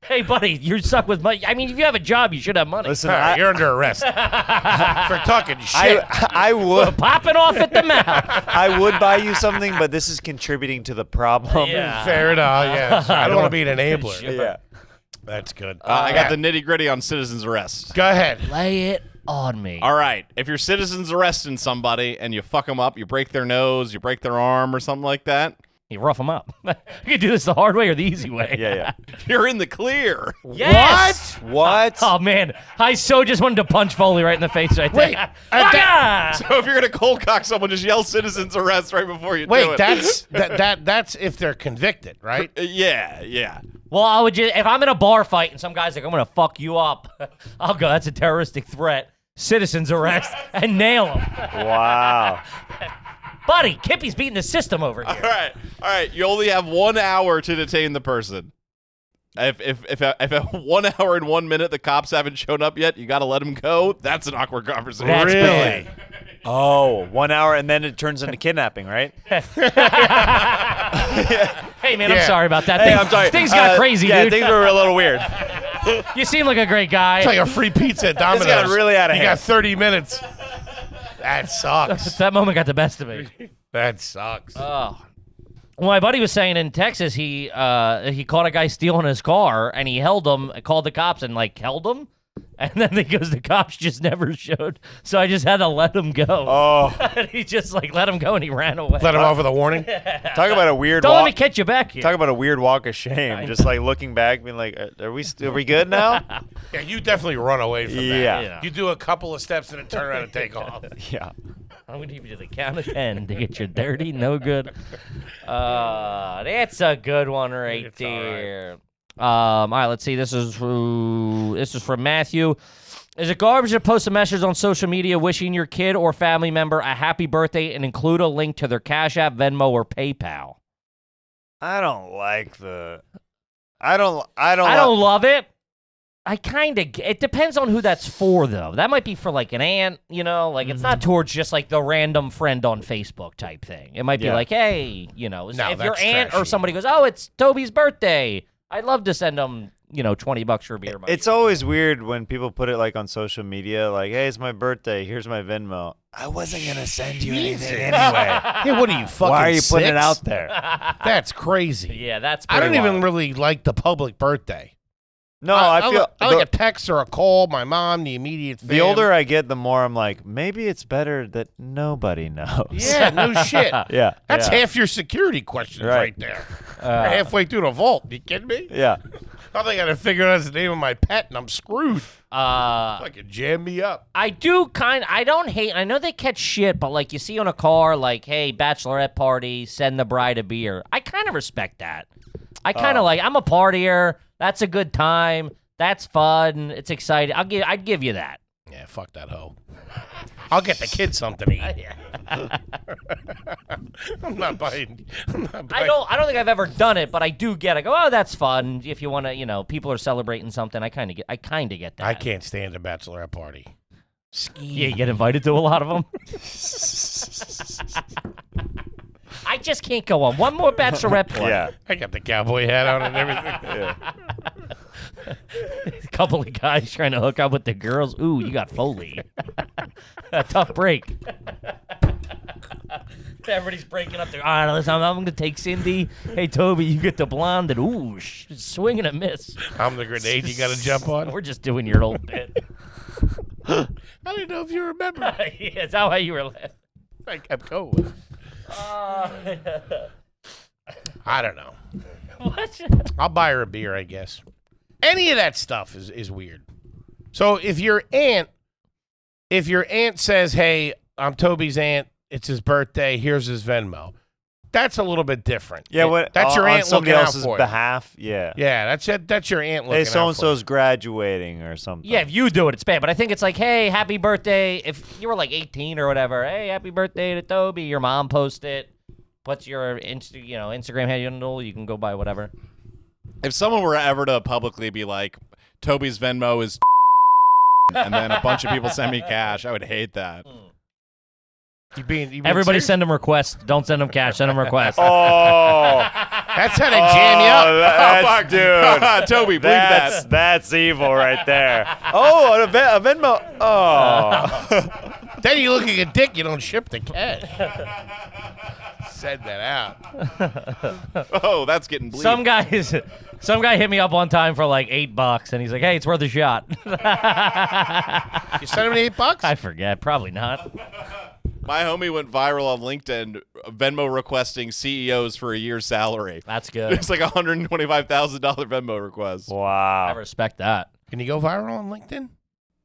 hey, buddy, you suck with money. I mean, if you have a job, you should have money. Listen, All right, I, you're under (laughs) arrest for talking shit. I (laughs) I would (laughs) Popping off at the (laughs) mouth. I would buy you something, but this is contributing to the problem. yeah. Fair enough. Yeah, I don't want to be an enabler. (laughs) Yeah. That's good. Uh, I got the nitty gritty on citizens arrest. Go ahead. Lay it on me. All right, if you're citizens arresting somebody and you fuck them up, you break their nose, you break their arm, or something like that, (laughs) You rough him up. (laughs) you can do this the hard way or the easy way. (laughs) Yeah, yeah. you're in the clear. (laughs) Yes! (laughs) What? Oh man, I so just wanted to punch Foley right in the face right (laughs) Wait, there. at Waka! So if you're gonna cold cock someone, just yell citizens arrest right before you do Wait, (laughs) it. that's that, that that's if they're convicted, right? Uh, (laughs) yeah, yeah. Well, I would just if I'm in a bar fight and some guy's like, "I'm gonna fuck you up," (laughs) I'll go. That's a terroristic threat. Citizens arrest (laughs) and nail him, Wow. buddy. Kippy's beating the system over All here. right, all right. You only have one hour to detain the person. If if if uh, if at (laughs) one hour and one minute the cops haven't shown up yet, you got to let them go. That's an awkward conversation. That's really? bad. Oh, one hour and then it turns into kidnapping, right? Hey man, I'm Yeah. sorry about that. Things- Things got Uh, crazy, Yeah, dude. things were a (laughs) little weird. you seem like a great guy. It's like a free pizza at Domino's. really outta you hand. got 30 minutes. That sucks. that moment got the best of me. that sucks. Well, my buddy was saying in Texas, he uh, he caught a guy stealing his car, and he held him, called the cops, and like held him, and then he goes, the cops just never showed, so I just had to let him go. Oh, (laughs) and he just like let him go, and he ran away. Let him off with a warning. talk about a weird Don't let me walk. catch you back here. Talk about a weird walk of shame. Just like looking back, being like, "Uh, "Are- "Are we still, are we (laughs) good now?" Yeah, you definitely run away from that. Yeah. Yeah. You do a couple of steps and then turn around and (laughs) take off. Yeah. (laughs) I'm gonna give you the count of ten to get your dirty, (laughs) no good. Uh, that's a good one right It's all right. there. Um, all right, let's see. This is who, this is from Matthew. Is it garbage to post a message on social media wishing your kid or family member a happy birthday and include a link to their Cash App, Venmo, or PayPal? I don't like the. I don't. I don't. I li- don't love it. I kind of. It depends on who that's for, though. That might be for like an aunt, you know. Like it's Mm-hmm. not towards just like the random friend on Facebook type thing. It might be Yeah. like, hey, you know, No, if your that's aunt or trashy. somebody goes, oh, it's Toby's birthday. I'd love to send them, you know, twenty bucks for a beer. money. It's always weird when people put it like on social media, like, "Hey, it's my birthday. Here's my Venmo." I wasn't gonna (laughs) send you anything anyway. Yeah, what are you fucking? Why are you putting it six? out there? That's crazy. yeah, that's. I don't pretty even wild. really like the public birthday. No, Oh, I, I, feel like, I like the- a text or a call. My mom, the immediate. The fam. older I get, the more I'm like, maybe it's better that nobody knows. Yeah, no shit. Yeah. That's yeah. half your security questions Right. right, there. We're halfway through the vault. You kidding me? (laughs) Yeah. I think I gotta figure out the name of my pet, and I'm screwed. Uh, Fucking jam me up. I do kind. I don't hate. I know they catch shit, but like you see on a car, like, hey, bachelorette party, send the bride a beer. I kind of respect that. I kind of like. I'm a partier. That's a good time. That's fun. It's exciting. I'll give. I'd give you that. Yeah, fuck that hoe. I'll get the kid something to (laughs) eat. (laughs) I'm not buying. I'm not buying. I don't. I don't think I've ever done it, but I do get. I go. Oh, that's fun. If you want to, you know, people are celebrating something. I kind of get. I kind of get that. I can't stand a bachelorette party. Yeah, you get invited to a lot of them. (laughs) I just can't go on one more bachelorette party. Yeah. I got the cowboy hat on and everything. (laughs) couple of guys trying to hook up with the girls. Ooh, you got Foley. (laughs) A tough break. (laughs) Everybody's breaking up their. All right, listen, I'm, I'm going to take Cindy. Hey, Toby, you get the blonde. And ooh, sh- swing and a miss. I'm the grenade you got (laughs) to jump on. We're just doing your old bit. (laughs) I didn't know if you remember. yeah, is that why you were laughing? I kept (laughs) going. Uh, I don't know. what? I'll buy her a beer, I guess. Any of that stuff is, is weird. So if your aunt, if your aunt says, "Hey, I'm Toby's aunt. It's his birthday. Here's his Venmo," that's a little bit different. Yeah, what, that's your on- on aunt somebody looking out else's for you. behalf. Yeah. Yeah, that's it. That's your aunt looking. Hey, out so and for you. so's graduating or something. Yeah, if you do it, it's bad. But I think it's like, hey, happy birthday. If you were like 18 or whatever, hey, happy birthday to Toby. Your mom posts it. What's your Insta, you know, Instagram handle? You can go buy whatever. If someone were ever to publicly be like, Toby's Venmo is (laughs) and then a bunch of people send me cash, I would hate that. You being, you being Everybody serious? send them requests. Don't send them cash. (laughs) Send them requests. (laughs) Oh, That's how they jam you (laughs) up. oh, (laughs) that's, dude. Toby, believe (laughs) That's that. that's evil right there. Oh, a, Ven- a Venmo. Oh, (laughs) Then you look at your dick. You don't ship the cash. Said that out. (laughs) Oh, that's getting bleeped. Some guys, (laughs) some guy hit me up one time for like eight bucks, and he's like, "Hey, it's worth a shot." (laughs) You sent him the eight bucks. I forget, probably not. My homie went viral on LinkedIn, Venmo requesting CEOs for a year's (laughs) salary. That's (laughs) good. It's like a hundred and twenty-five thousand dollar Venmo request. I wow. respect that. Can you go viral on LinkedIn?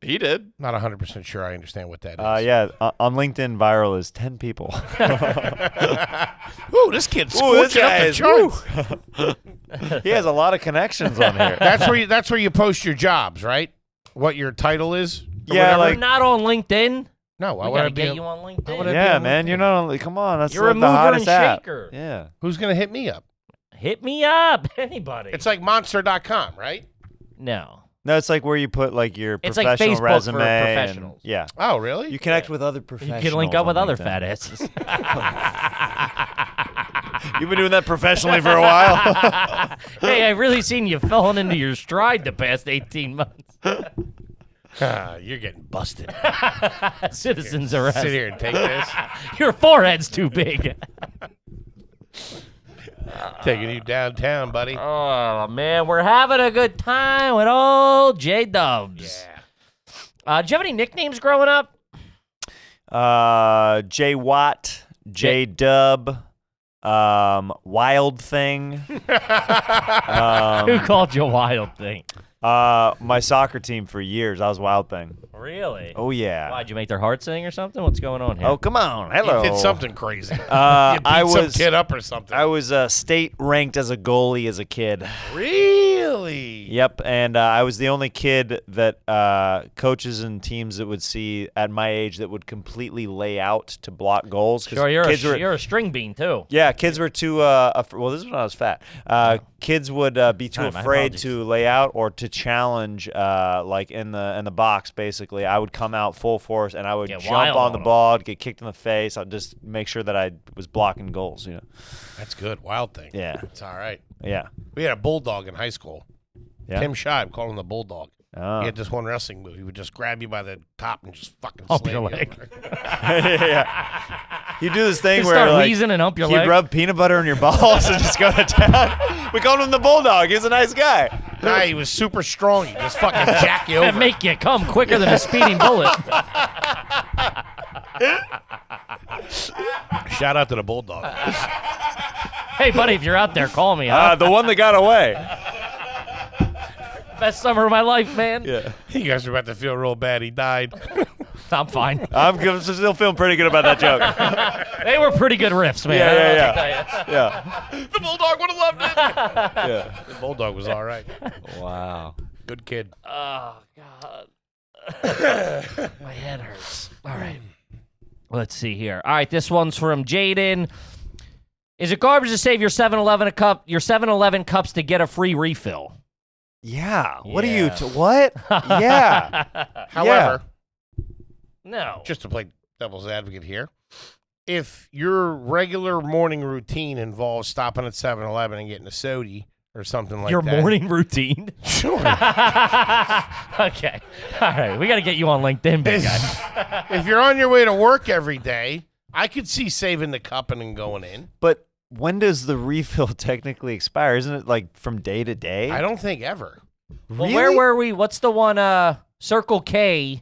He did. Not 100 percent sure. I understand what that is. Uh, yeah, o- on LinkedIn, viral is ten people. (laughs) Ooh, this kid's Ooh, this scorching guy up the is- charts. (laughs) he has a lot of connections on here. That's where you, that's where you post your jobs, right? What your title is? or whatever? Yeah, like- You're not on LinkedIn. no. Why We would I gotta be? get on- you on LinkedIn. would I be yeah, on man, you're not only. Come on, that's You're a like the mover hottest and app. shaker. Yeah. Who's gonna hit me up? Hit me up, (laughs) anybody. It's like Monster.com, right? no. No, it's like where you put like your It's like professional Facebook for resume. and- professionals. yeah. Oh, really? You connect with other You professionals. can link up with on other LinkedIn. fat asses. You've been doing that professionally for a (laughs) (laughs) while. hey, I've really seen you falling into your stride the past 18 months. (laughs) Ah, (laughs) you're getting busted. Citizens arrest. Sit here and take this. Your forehead's too big. (laughs) (laughs) Taking you downtown, buddy. oh, man. We're having a good time with old J Dubs. Yeah. Uh, did you have any nicknames growing up? Uh, J Watt, J Dub, um, Wild Thing. (laughs) Who um, called you Wild Thing? uh, my soccer team for years, I was Wild Thing. Really? Oh yeah. Why'd you make their heart sing or something? What's going on here? Oh come on, You hello. did something crazy. (laughs) Uh, you beat I some was kid up or something. I was uh, state ranked as a goalie as a kid. really? Yep, and uh, I was the only kid that uh, coaches and teams that would see at my age that would completely lay out to block goals. 'cause Sure, you're a, kids were- you're a string bean, too. Yeah, kids were too. Uh, af- well, this is when I was fat. Uh, kids would uh, be too Sorry, my afraid apologies. to lay out or to challenge, uh, like in the in the box. Basically, I would come out full force and I would Get wild jump on on the 'em. ball, I'd get kicked in the face. I'd just make sure that I was blocking goals. You know. That's good. Wild thing. Yeah. It's all right. Yeah. We had a bulldog in high school. Yeah. Tim Scheib called him the bulldog. Oh. He had this one wrestling move. He would just grab you by the top and just fucking Up slam your you leg. over. yeah. You do this thing You where start like, wheezing and up your he'd leg. rub peanut butter on your balls and just go to town. we called him the bulldog. He's a nice guy. Nah, he was super strong. He just fucking jack you over. (laughs) and make you come quicker than a speeding (laughs) bullet. Shout out to the bulldog. hey, buddy, if you're out there, call me. Uh, Huh? the one that got away. Best summer of my life, man. Uh. Yeah. you guys are about to feel real bad. He died. I'm fine. I'm g- still feeling pretty good about that joke. They were pretty good riffs, man. Yeah, I don't know yeah, what to yeah. tell you. Yeah. (laughs) the bulldog would have loved it. yeah. the bulldog was all right. Wow. Good kid. Oh, (laughs) God. my head hurts. All right. Mm. Let's see here. All right, this one's from Jaden. Is it garbage to save your 7-Eleven a cup, your 7-Eleven cups to get a free refill? Yeah. What are Yeah. you? T- what? (laughs) Yeah. However, No. just to play devil's advocate here, if your regular morning routine involves stopping at 7 Eleven and getting a soda or something like Your that. morning routine? (laughs) (laughs) Sure. okay. All right. We got to get you on LinkedIn, big guy. if you're on your way to work every day, I could see saving the cup and then going in. But when does the refill (laughs) technically expire? Isn't it like from day to day? I don't think ever. Well, where were we? What's the one? Uh, Circle K.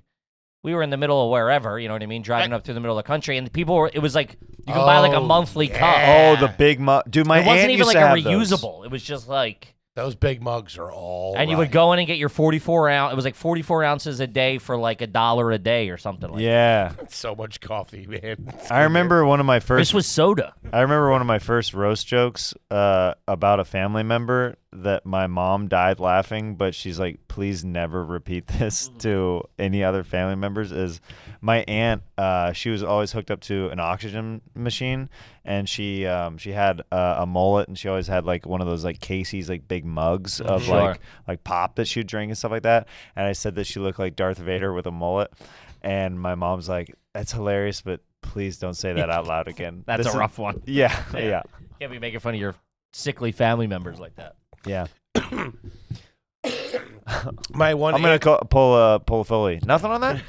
We were in the middle of wherever, you know what I mean, driving Right. up through the middle of the country, and the people were. It was like you can buy like a Oh, monthly Oh, cup. the big mu- dude. My it wasn't aunt even used like to a have those. Oh, reusable. It was just like, Those big mugs are all. and you would go in and get your forty-four ounce. It was like forty-four ounces a day for like a dollar a day or something like. that. Yeah, so much coffee, man. (laughs) I remember one of my This first. was soda. I remember one of my first roast jokes uh, about a family member that my mom died laughing, but she's like, "Please never repeat this Mm. to any other family members." Is my aunt? Uh, she was always hooked up to an oxygen machine, and she um, she had uh, a mullet, and she always had like one of those like Casey's like big mugs of Mm-hmm. Sure. like like pop that she would drink and stuff like that. And I said that she looked like Darth Vader with a mullet, and my mom's like, "That's hilarious, but." Please don't say that out loud again. (laughs) That's This a is- rough one. yeah, (laughs) yeah, Can't be making fun of your sickly family members like that. yeah. (coughs) My one, I'm gonna aunt, call, pull a pull a Foley. Nothing on that.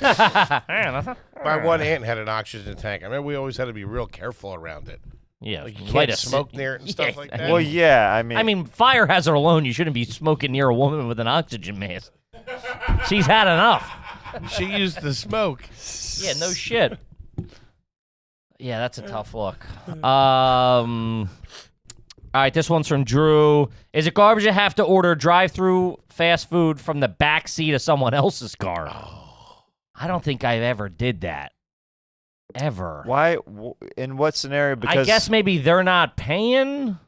my one aunt had an oxygen tank. I remember we always had to be real careful around it. Yeah, Like you light can't a- smoke near it and stuff like that. (coughs) well, yeah. I mean, I mean, fire hazard alone, you shouldn't be smoking near a woman with an oxygen mask. She's had enough. She used the smoke. Yeah, no shit. (laughs) Yeah, that's a tough look. Um, all right, this one's from Drew. Is it garbage to have to order drive-through fast food from the back seat of someone else's car? Oh. I don't think I ever did that. Ever. why? w- In what scenario? Because I guess maybe they're not paying,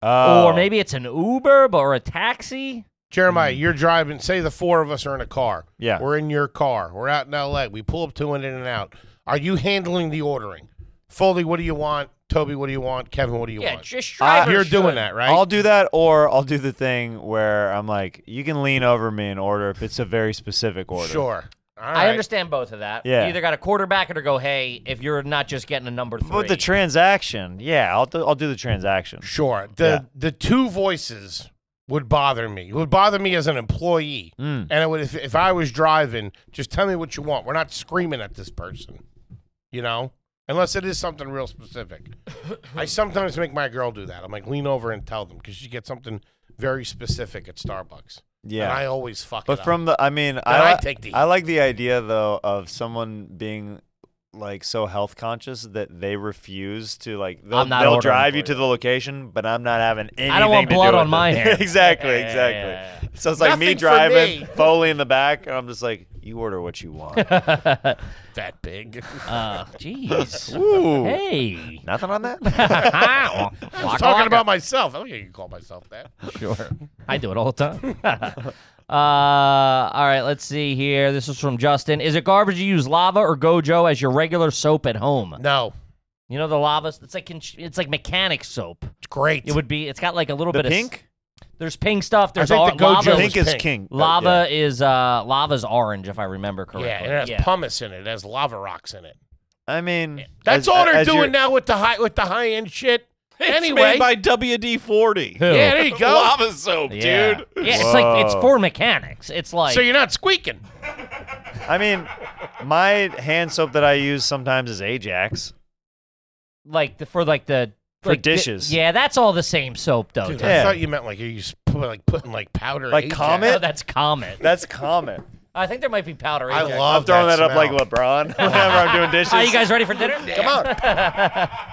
oh, or maybe it's an Uber but- or a taxi. Jeremiah, you're driving. Say the four of us are in a car. Yeah. We're in your car. We're out in LA. We pull up to an in and out. Are you handling the ordering? Foley, what do you want? Toby, what do you want? Kevin, what do you Yeah, want? just driver. You're doing should. that, right? I'll do Ah, that, or I'll do the thing where I'm like, you can lean over me and order if it's a very specific order. Sure. All right. I understand both of that. Yeah. You either got to quarterback it or go, hey, if you're not just getting a number three. But the transaction, yeah, I'll do, I'll do the transaction. Sure. The Yeah. the two voices would bother me. It would bother me as an employee. Mm. And it would if, if I was driving, just tell me what you want. We're not screaming at this person. You know? Unless it is something real specific. I sometimes make my girl do that. I'm like, lean over and tell them because she gets something very specific at Starbucks. Yeah. And I always fuck it um, But up. from the, I mean, I I, li- take the I like the idea though of someone being like so health conscious that they refuse to like they'll, I'm not they'll ordering drive for you to you. the location, but I'm not having anything. don't want to do blood with on it. my hands. (laughs) exactly, Yeah, yeah, exactly. yeah, yeah. So it's like me Nothing for driving, me. Foley in the back, and I'm just like, you order what you want. (laughs) that big. (laughs) (laughs) Uh, Jeez. Ooh, hey. nothing (laughs) on that. I I was talking about myself. I don't think you can call myself that. Sure. I do it all the time. (laughs) uh, all right, let's see here. This is from Justin. Is it garbage to use lava or Gojo as your regular soap at home? No. You know the lava. It's like it's like mechanic soap. It's great. It would be. It's got like a little the bit of pink, There's pink stuff. There's think all, the Gojo lava. was pink is pink. king. Uh, Lava is uh lava's orange if I remember correctly. yeah, and it has pumice in it. It has lava rocks in it. yeah. I mean, That's as- all they're as you're- doing now with the high with the high end shit. anyway, made by WD (laughs) forty. Who? yeah, there you go. Lava soap, Yeah. dude. Yeah, it's like it's Whoa. for mechanics. It's like So you're not squeaking. I mean, my hand soap that I use sometimes is Ajax. like the, for like the For like, di- dishes. yeah, that's all the same soap though. Dude, Tim. Yeah. I thought you meant like you just put, like putting like powder. Like Ajax. Comet? No, that's Comet. That's common. I think there might be powder. I in there. love I'm throwing that, up like smell. LeBron (laughs) whenever I'm doing dishes. Are you guys ready for dinner? Come on.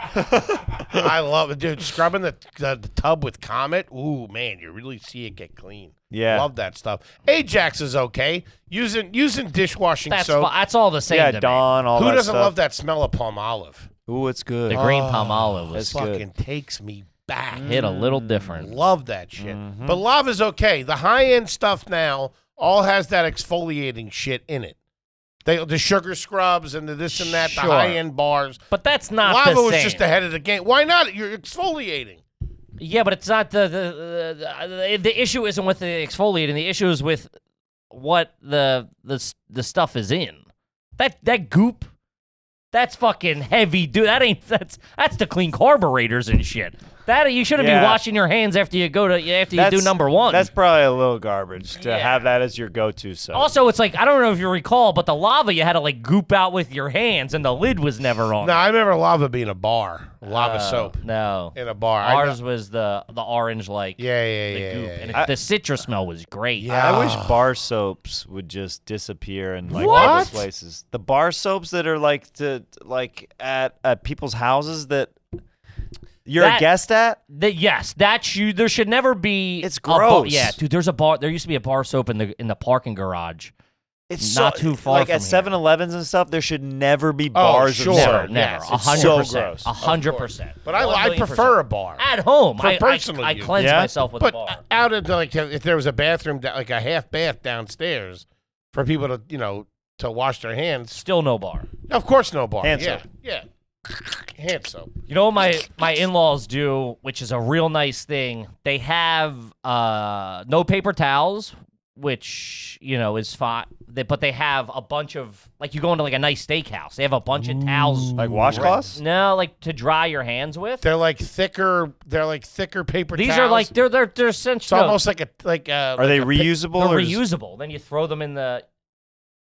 I love it, dude. Scrubbing the, the the tub with Comet. Ooh man, you really see it get clean. Yeah. love that stuff. Ajax is okay. Using using dishwashing That's soap. fi- that's all the same. yeah, to me. Dawn, all Who that doesn't stuff. love that smell of palm olive? Ooh, it's good. The green palm olive That's was good. Fucking takes me back. hit a little mm, different. Love that shit. Mm-hmm. But lava's okay. The high end stuff now all has that exfoliating shit in it. They, the sugar scrubs and the this and that, Sure. the high end bars. But that's not lava the same. was just ahead of the game. Why not? You're exfoliating. Yeah, but it's not the the, the the the issue isn't with the exfoliating. The issue is with what the the s- the stuff is in. That that goop. That's fucking heavy, dude. That ain't that's that's the clean carburetors and shit. That you shouldn't Yeah. be washing your hands after you go to after you do number one. That's probably a little garbage to Yeah. have that as your go-to soap. also, it's like I don't know if you recall, but the lava you had to like goop out with your hands, and the lid was never on. No, I remember lava being a bar, lava Oh. soap no. in a bar. I Ours know- was the the orange like yeah, yeah, the yeah. goop, yeah, and yeah. it, the citrus smell was great. I wish bar soaps would just disappear in like What? other places. The bar soaps that are like to like at, at people's houses that you're That- a guest at. The, yes, that's you. There should never be. It's a bar- gross. yeah, dude. There's a bar. There used to be a bar soap in the in the parking garage. It's Not so, too far Like from at here. 7-Elevens and stuff, there should never be bars sure. of soap. Never, Yes, never. it's A hundred so percent. gross, A hundred percent. But I, One I million prefer a percent. bar. at home. For I, personal I, I use. cleanse Yeah? myself Ah, with but a bar. out of the, like uh, if there was a bathroom da- like a half bath downstairs for people to you know to wash their hands. Still no bar. Of course, no bar. Hand yeah, soap. yeah. Hand soap. You know what my my in laws do, which is a real nice thing. They have uh no paper towels, which you know is fine. They, but they have a bunch of like you go into like a nice steakhouse. They have a bunch of towels. Like washcloths? No, like to dry your hands with. They're like thicker. They're like thicker paper. These are towels. like they're they're they're it's essentially almost like a like uh, a. Are they they're reusable or just reusable. Then you throw them in the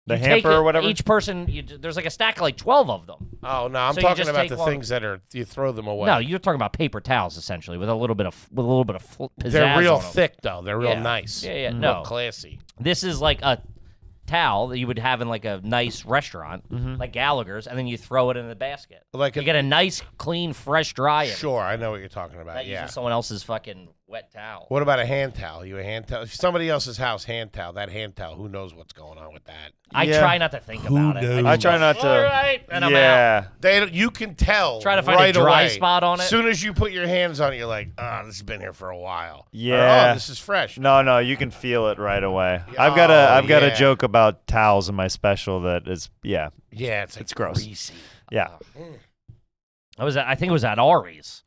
the you take hamper or it- whatever? Each person, you, d- there's like a stack of like twelve of them. oh no, I'm So you talking just about take the one- things that are you throw them away. No, you're talking about paper towels essentially, with a little bit of with a little bit of fl- pizzazz they're real on 'em. thick though. They're real Yeah. nice. Yeah, yeah, Real no. classy. This is like a towel that you would have in like a nice restaurant, Mm-hmm. like Gallagher's, and then you throw it in the basket. Like you a- get a nice, clean, fresh dry. Sure. Sure, I know what you're talking about. Not yeah. using someone else's fucking wet towel. What about a hand towel? You a hand towel? If somebody else's house hand towel, that hand towel, who knows what's going on with that? I Yeah. try not to think about it. I try not to. All right, and I'm out. yeah. They don't- you can tell. Try to find a right dry away. spot on it. As soon as you put your hands on it, you're like, oh, this has been here for a while. Or, Yeah. oh, this is fresh. No, no, you can feel it right away. I've got a Oh, I've got yeah. a joke about towels in my special that is yeah. Yeah, it's like It's gross. greasy. Yeah. I was, at, I think it was at Ari's.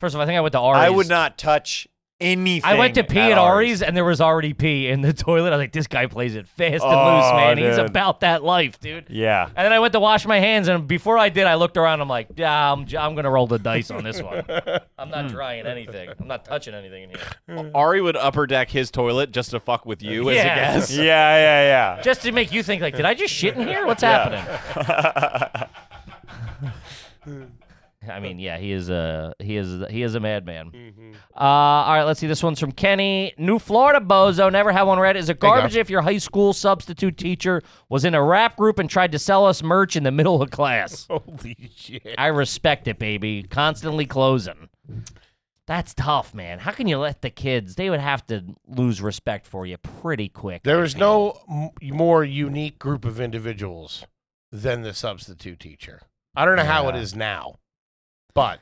First of all, I think I went to Ari's. Oh, I would not touch anything. I went to pee at Ari's. Ari's and there was already pee in the (laughs) toilet. I was like, this guy plays it fast and loose, Oh, man. He's dude. about that life, dude. Yeah. And then I went to wash my hands, and before I did, I looked around. I'm like, yeah, I'm, j- I'm gonna roll the dice on this one. I'm not drying anything. I'm not touching anything in here. Ari would upper deck his toilet just to fuck with you as a Yeah. guest. (laughs) Yeah, yeah, yeah. Just to make you think, like, did I just shit in here? What's happening? I mean, yeah, he is a he is he is a madman. Uh, all right, let's see. This one's from Kenny. New Florida bozo. Never had one read. Is it garbage if your high school substitute teacher was in a rap group and tried to sell us merch in the middle of class? (laughs) Holy shit. I respect it, baby. Constantly closing. That's tough, man. How can you let the kids? They would have to lose respect for you pretty quick. There is no m- more unique group of individuals than the substitute teacher. I don't know how it is now, but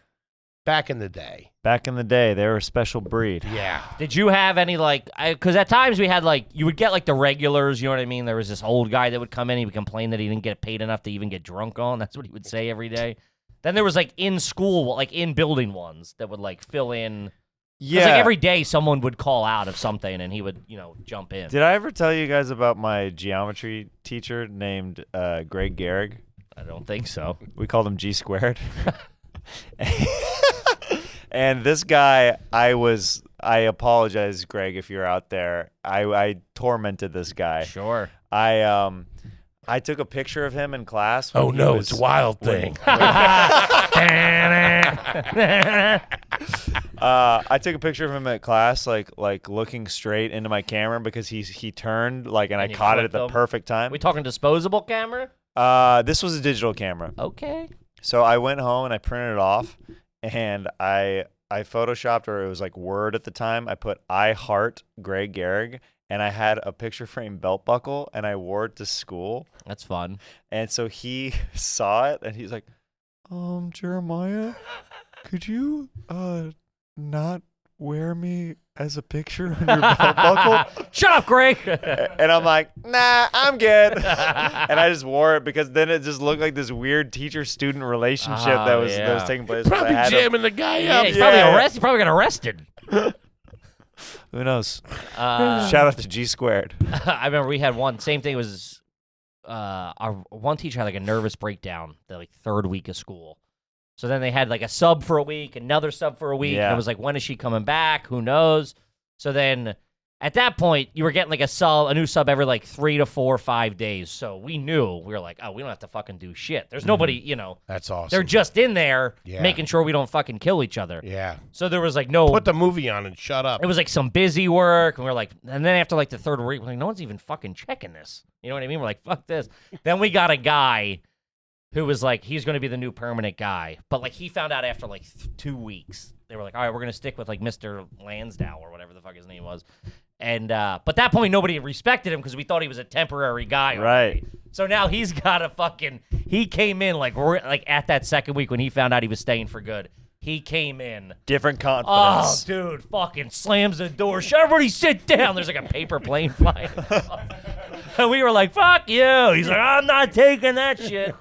back in the day, Back in the day, they were a special breed. yeah. (sighs) Did you have any like? Because at times we had like you would get like the regulars. You know what I mean? There was this old guy that would come in. He would complain that he didn't get paid enough to even get drunk on. (laughs) That's what he would say every day. Then there was like in school, like in building ones that would like fill in. 'Cause, Yeah. Like every day, someone would call out of something, and he would you know jump in. Did I ever tell you guys about my geometry teacher named uh, Greg Gehrig? I don't think so. We called him G squared. (laughs) and this guy, I was, I apologize, Greg, if you're out there. I, I tormented this guy. Sure. I um, I took a picture of him in class. when Oh he no, was- it's a wild thing. Uh, I took a picture of him at class, like like looking straight into my camera because he he turned like, and, And I you caught it at flipped the him? perfect time. we talking disposable camera? Uh, this was a digital camera, Okay. so I went home and I printed it off, and I I photoshopped or it was like Word at the time. I put I heart Greg Gehrig, and I had a picture frame belt buckle, and I wore it to school, That's fun. and so he (laughs) saw it, and he's like, um, Jeremiah, could you uh not wear me as a picture on your belt buckle? (laughs) Shut up, Greg. and I'm like, nah, I'm good. and I just wore it because then it just looked like this weird teacher student relationship Oh, that was that was yeah. taking place. 'cause I Probably had a- jamming the guy yeah, up. he's probably yeah. arrested. He probably got arrested. Who knows? Uh, (laughs) Shout out to G squared. I remember we had one. Same thing was uh, our one teacher had like a nervous breakdown the like third week of school, So then they had like a sub for a week, another sub for a week. And Yeah. it was like, when is she coming back? Who knows? So then at that point, you were getting like a sub, a new sub every like three to four, five days. So we knew we were like, oh, we don't have to fucking do shit. There's nobody, you know, That's Mm-hmm. awesome. they're just in there Yeah. making sure we don't fucking kill each other. yeah. So there was like no Put the movie on and shut up. it was like some busy work, and we are like, and then after like the third week, we're like, no one's even fucking checking this. You know what I mean? We're like, fuck this. then we got a guy who was like, he's going to be the new permanent guy, but like he found out after like th- two weeks. They were like, all right, we're going to stick with like Mr. Lansdow or whatever the fuck his name was. And uh, but that point, nobody respected him because we thought he was a temporary guy, already. Right. So now he's got a fucking. He came in like re- like at that second week when he found out he was staying for good. He came in Different Oh, confidence. dude, fucking slams the door. shut Everybody sit down. There's like a paper plane (laughs) flying. and we were like, fuck you. He's like, I'm not taking that shit.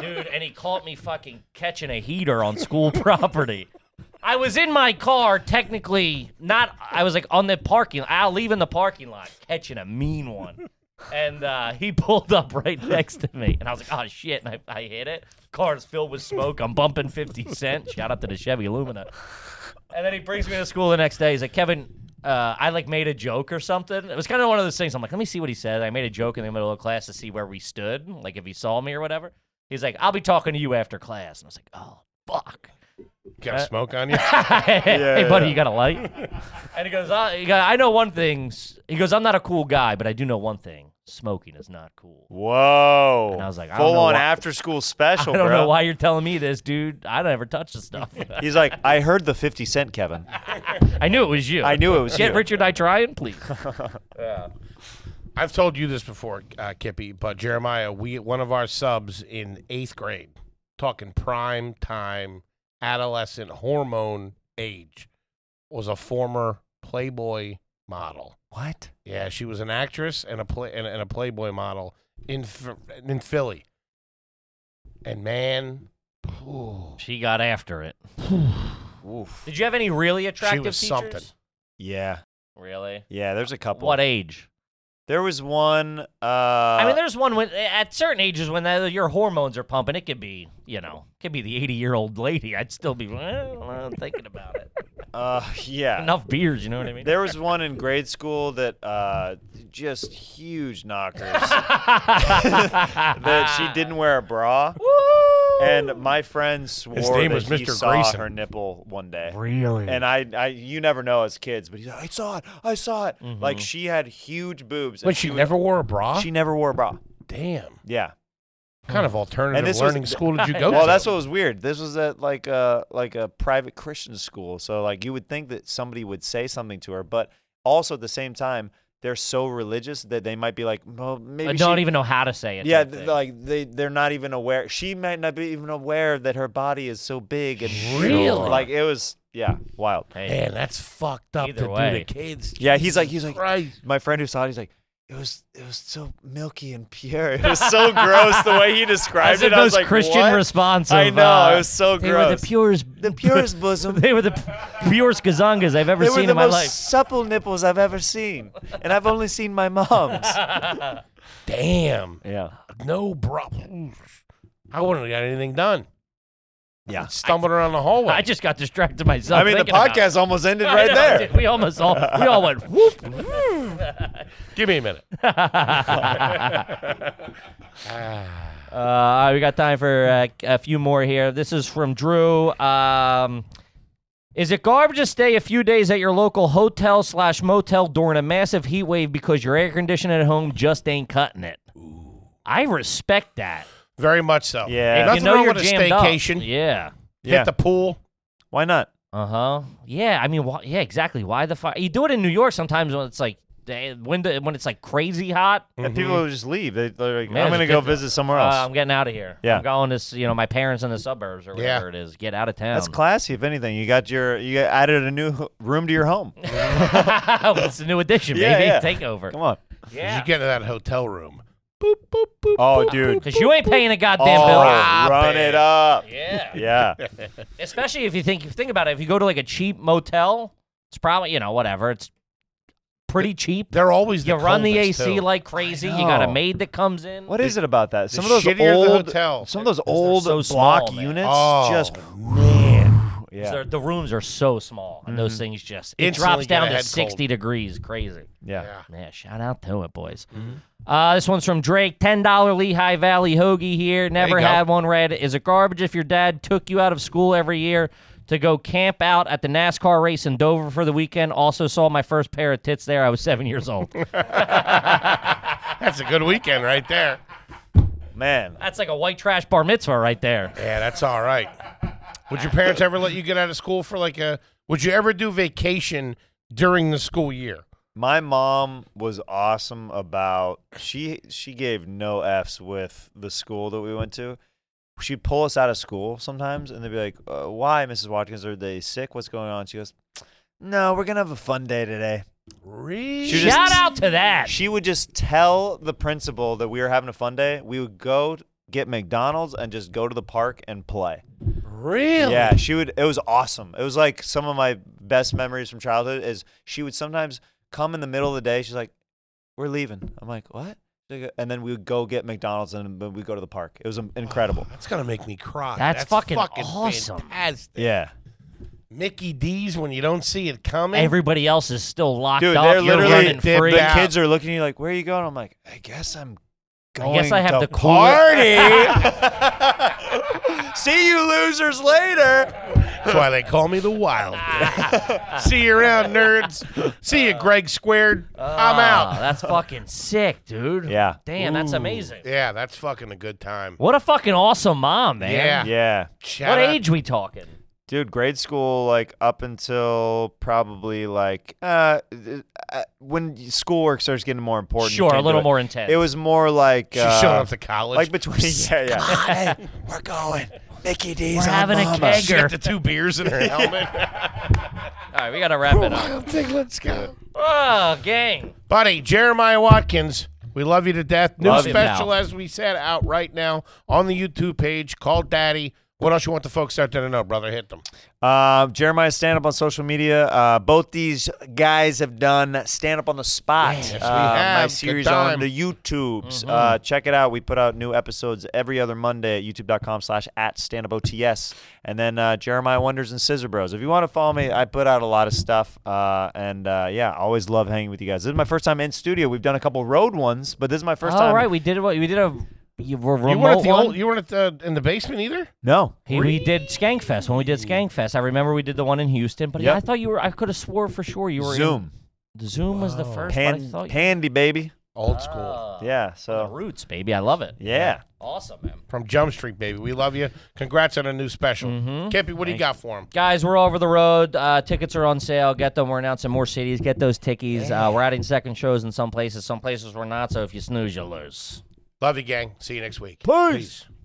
Dude, and he caught me fucking catching a heater on school (laughs) property. I was in my car, technically not. I was like on the parking. I'll leave in the parking lot, catching a mean one, and uh, he pulled up right next to me, and I was like, "Oh shit!" And I, I hit it. Car's filled with smoke. I'm bumping Fifty Cent. Shout out to the Chevy Lumina. And then he brings me to school the next day. He's like, Kevin, uh, I like made a joke or something. It was kind of one of those things. I'm like, let me see what he says. I made a joke in the middle of class to see where we stood, like if he saw me or whatever. He's like, I'll be talking to you after class. And I was like, oh, fuck. (laughs) Got smoke (laughs) on you. hey, yeah, buddy, yeah. you got a light? and he goes, I, he go- I know one thing. S- He goes, I'm not a cool guy, but I do know one thing. Smoking is not cool. Whoa. And I was like, I don't full know on why- after school (laughs) special, I don't bro. know why you're telling me this, dude. I don't ever touch the (laughs) stuff. He's like, I heard the 50 Cent, Kevin. I knew it was you. I knew it was Get you. Richard I trying, please. I've told you this before, uh, Kippy, but Jeremiah, we one of our subs in eighth grade, talking prime time adolescent hormone age, was a former Playboy model. What? Yeah, she was an actress and a play and, and a Playboy model in Ph- in Philly. And man, ooh, She got after it. Oof. Did you have any really attractive was teachers? something. Yeah. Really? Yeah, there's a couple. What age? There was one. Uh, I mean, there's one when at certain ages when the, your hormones are pumping, it could be, you know, it could be the 80 year old lady. I'd still be well, I'm thinking about (laughs) it. uh, yeah. Enough beers, you know what I mean? (laughs) There was one in grade school that uh, just huge knockers (laughs) that she didn't wear a bra, and my friend swore name that was he Mr. saw Grayson. her nipple one day. Really? And I, I, you never know as kids, but he's like, I saw it, I saw it. Like Mm-hmm. she had huge boobs. and But she was- never wore a bra. she never wore a bra. Damn, Yeah. kind of alternative this was- learning school did you go (laughs) Well, to? that's what was weird. This was at like a like a private Christian school, so like you would think that somebody would say something to her, but also at the same time, they're so religious that they might be like, well, maybe I don't she- even know how to say it. (laughs) Yeah, type th- thing. like they they're not even aware. She might not be even aware that her body is so big and Really? like it was yeah wild. oh, Hey, man, that's fucked up Either to do way. to kids. Yeah, he's like he's like Christ. my friend who saw it. He's like. It was it was so milky and pure. It was so gross the (laughs) way he described that's the it. I was most like, Christian what? response. Of, I know uh, it was so they gross. were the purest. (laughs) the purest bosom. They were the purest gazongas I've ever They seen were the in my most life. supple nipples I've ever seen, and I've only seen (laughs) my mom's. Damn. yeah, No bra. I wouldn't have got anything done. yeah. Stumbling around the hallway. I (laughs) just got distracted myself. I mean, the thinking about it. podcast almost ended I right know, there. dude. we almost all we all went (laughs) whoop. Give me a minute. Uh, we got time for uh, a few more here. This is from Drew. Um, is it garbage to stay a few days at your local hotel slash motel during a massive heat wave because your air conditioning at home just ain't cutting it? I respect that. Very much so. Yeah. Ain't If You Nothing know wrong you're with a jammed up. staycation. Yeah. Hit the pool. Why not? Uh huh. Yeah. I mean, why, yeah, exactly. Why the fuck? You do it in New York sometimes when it's like the- when the, when it's like crazy hot. And people will just leave. They, they're like, Man, I'm gonna just go get- visit somewhere Uh, else. I'm getting out of here. Yeah. I'm going to s- you know my parents in the suburbs or Yeah. whatever it is. Get out of town. That's classy. If anything, you got your you got added a new h- room to (laughs) your home. (laughs) it's a new addition, Yeah, baby. yeah. Take over. Come on. You Yeah. get in that hotel room. Boop, boop, boop. Oh, dude. Because you ain't paying a goddamn bill. Ah, Oh, run it up. Yeah. Yeah. (laughs) Especially if you think you think about it. If you go to like a cheap motel, it's probably you know whatever. It's pretty cheap. They're always the you run the coldest, AC too. like crazy. You got a know. maid that comes in. What is it about that? Some of those shittier old, the hotel. some of those they're old so block small, man. units Oh. just Man, yeah, the rooms are so small, and those things just it Instantly drops get a down head to cold. sixty degrees. Crazy. yeah. Yeah, shout out to it, boys. Uh, this one's from Drake. Ten dollar Lehigh Valley hoagie here. Never you go. had one. Read is it garbage if your dad took you out of school every year to go camp out at the NASCAR race in Dover for the weekend? Also saw my first pair of tits there. I was seven years old. That's a good weekend right there. Man, That's like a white trash bar mitzvah right there. Yeah, that's all right. Would your parents ever let you get out of school for like a? Would you ever do vacation during the school year? my mom was awesome about she she gave no f's with the school that we went to she'd pull us out of school sometimes and they'd be like uh, why mrs watkins are they sick what's going on she goes no we're gonna have a fun day today Really? She Shout out to that. she would just tell the principal that we were having a fun day we would go t- get mcdonald's and just go to the park and play (laughs) Really? yeah she would it was awesome it was like some of my best memories from childhood is she would sometimes come in the middle of the day she's like we're leaving i'm like what She's like, and then we would go get mcdonald's and then we'd go to the park it was um, incredible That's gonna make me cry. That's fucking awesome. Fantastic. yeah Mickey D's when you don't see it coming. Everybody else is still locked dude up. they're You're literally running the, free. the kids are looking at you like where are you going i'm like i guess i'm I going guess I have to the cooler. (laughs) party (laughs) see you losers later That's why they call me the (laughs) Wild. see you around, nerds. See you, Greg Squared. I'm Oh, out. that's fucking sick, dude. Yeah. Damn, that's amazing. Yeah, that's fucking a good time. What a fucking awesome mom, man. Yeah. yeah Shout What out- age we talking? Dude, grade school, like up until probably like uh, th- uh when y- schoolwork starts getting more important. you Sure, a can't do little it. more intense. It was more like She's showing uh, up to college. like between (laughs) yeah, yeah. we're going. Mickey D's. We're having a She got kegger. the two beers (laughs) in her helmet. All right, we gotta wrap it up. I'm thinking, let's go. Oh, gang. Buddy, Jeremiah Watkins, we love you to death. New Love you, special, pal. as we said, out right now on the YouTube page. Call Daddy. What else you want the folks out there to know, brother? Hit them. Uh, Jeremiah stand up on social media. Uh, both these guys have done stand up on the spot. Yes, have. my Good series time. on the Mm-hmm. YouTubes. Uh, check it out. We put out new episodes every other Monday at youtube.com slash at stand up OTS. And then uh, Jeremiah Wonders and Scissor Bros. If you want to follow me, I put out a lot of stuff. Uh, and uh, yeah, always love hanging with you guys. This is my first time in studio. We've done a couple road ones, but this is my first All time. right, we did what we did a you were You remote weren't at the one. old, you weren't at the, in the basement either. No. He, we did Skankfest when we did Skankfest. I remember we did the one in Houston, but Yep. I thought you were. I could have swore for sure you were in- Zoom. Oh. the Zoom was the first. but I Pan- thought you- Uh, Pandy, baby. Ah. Old school. Yeah. the So, roots, baby. I love it. yeah. Awesome, man. From Jump Street, baby. We love you. Congrats on a new special. Mm-hmm. Kippy, what do you got for him? Guys, we're over the road. Uh, tickets are on sale. Get them. We're announcing more cities. Get those tickies. Uh, we're adding second shows in some places. Some places we're not. So if you snooze, you lose. Love you, gang. See you next week. Peace. Peace.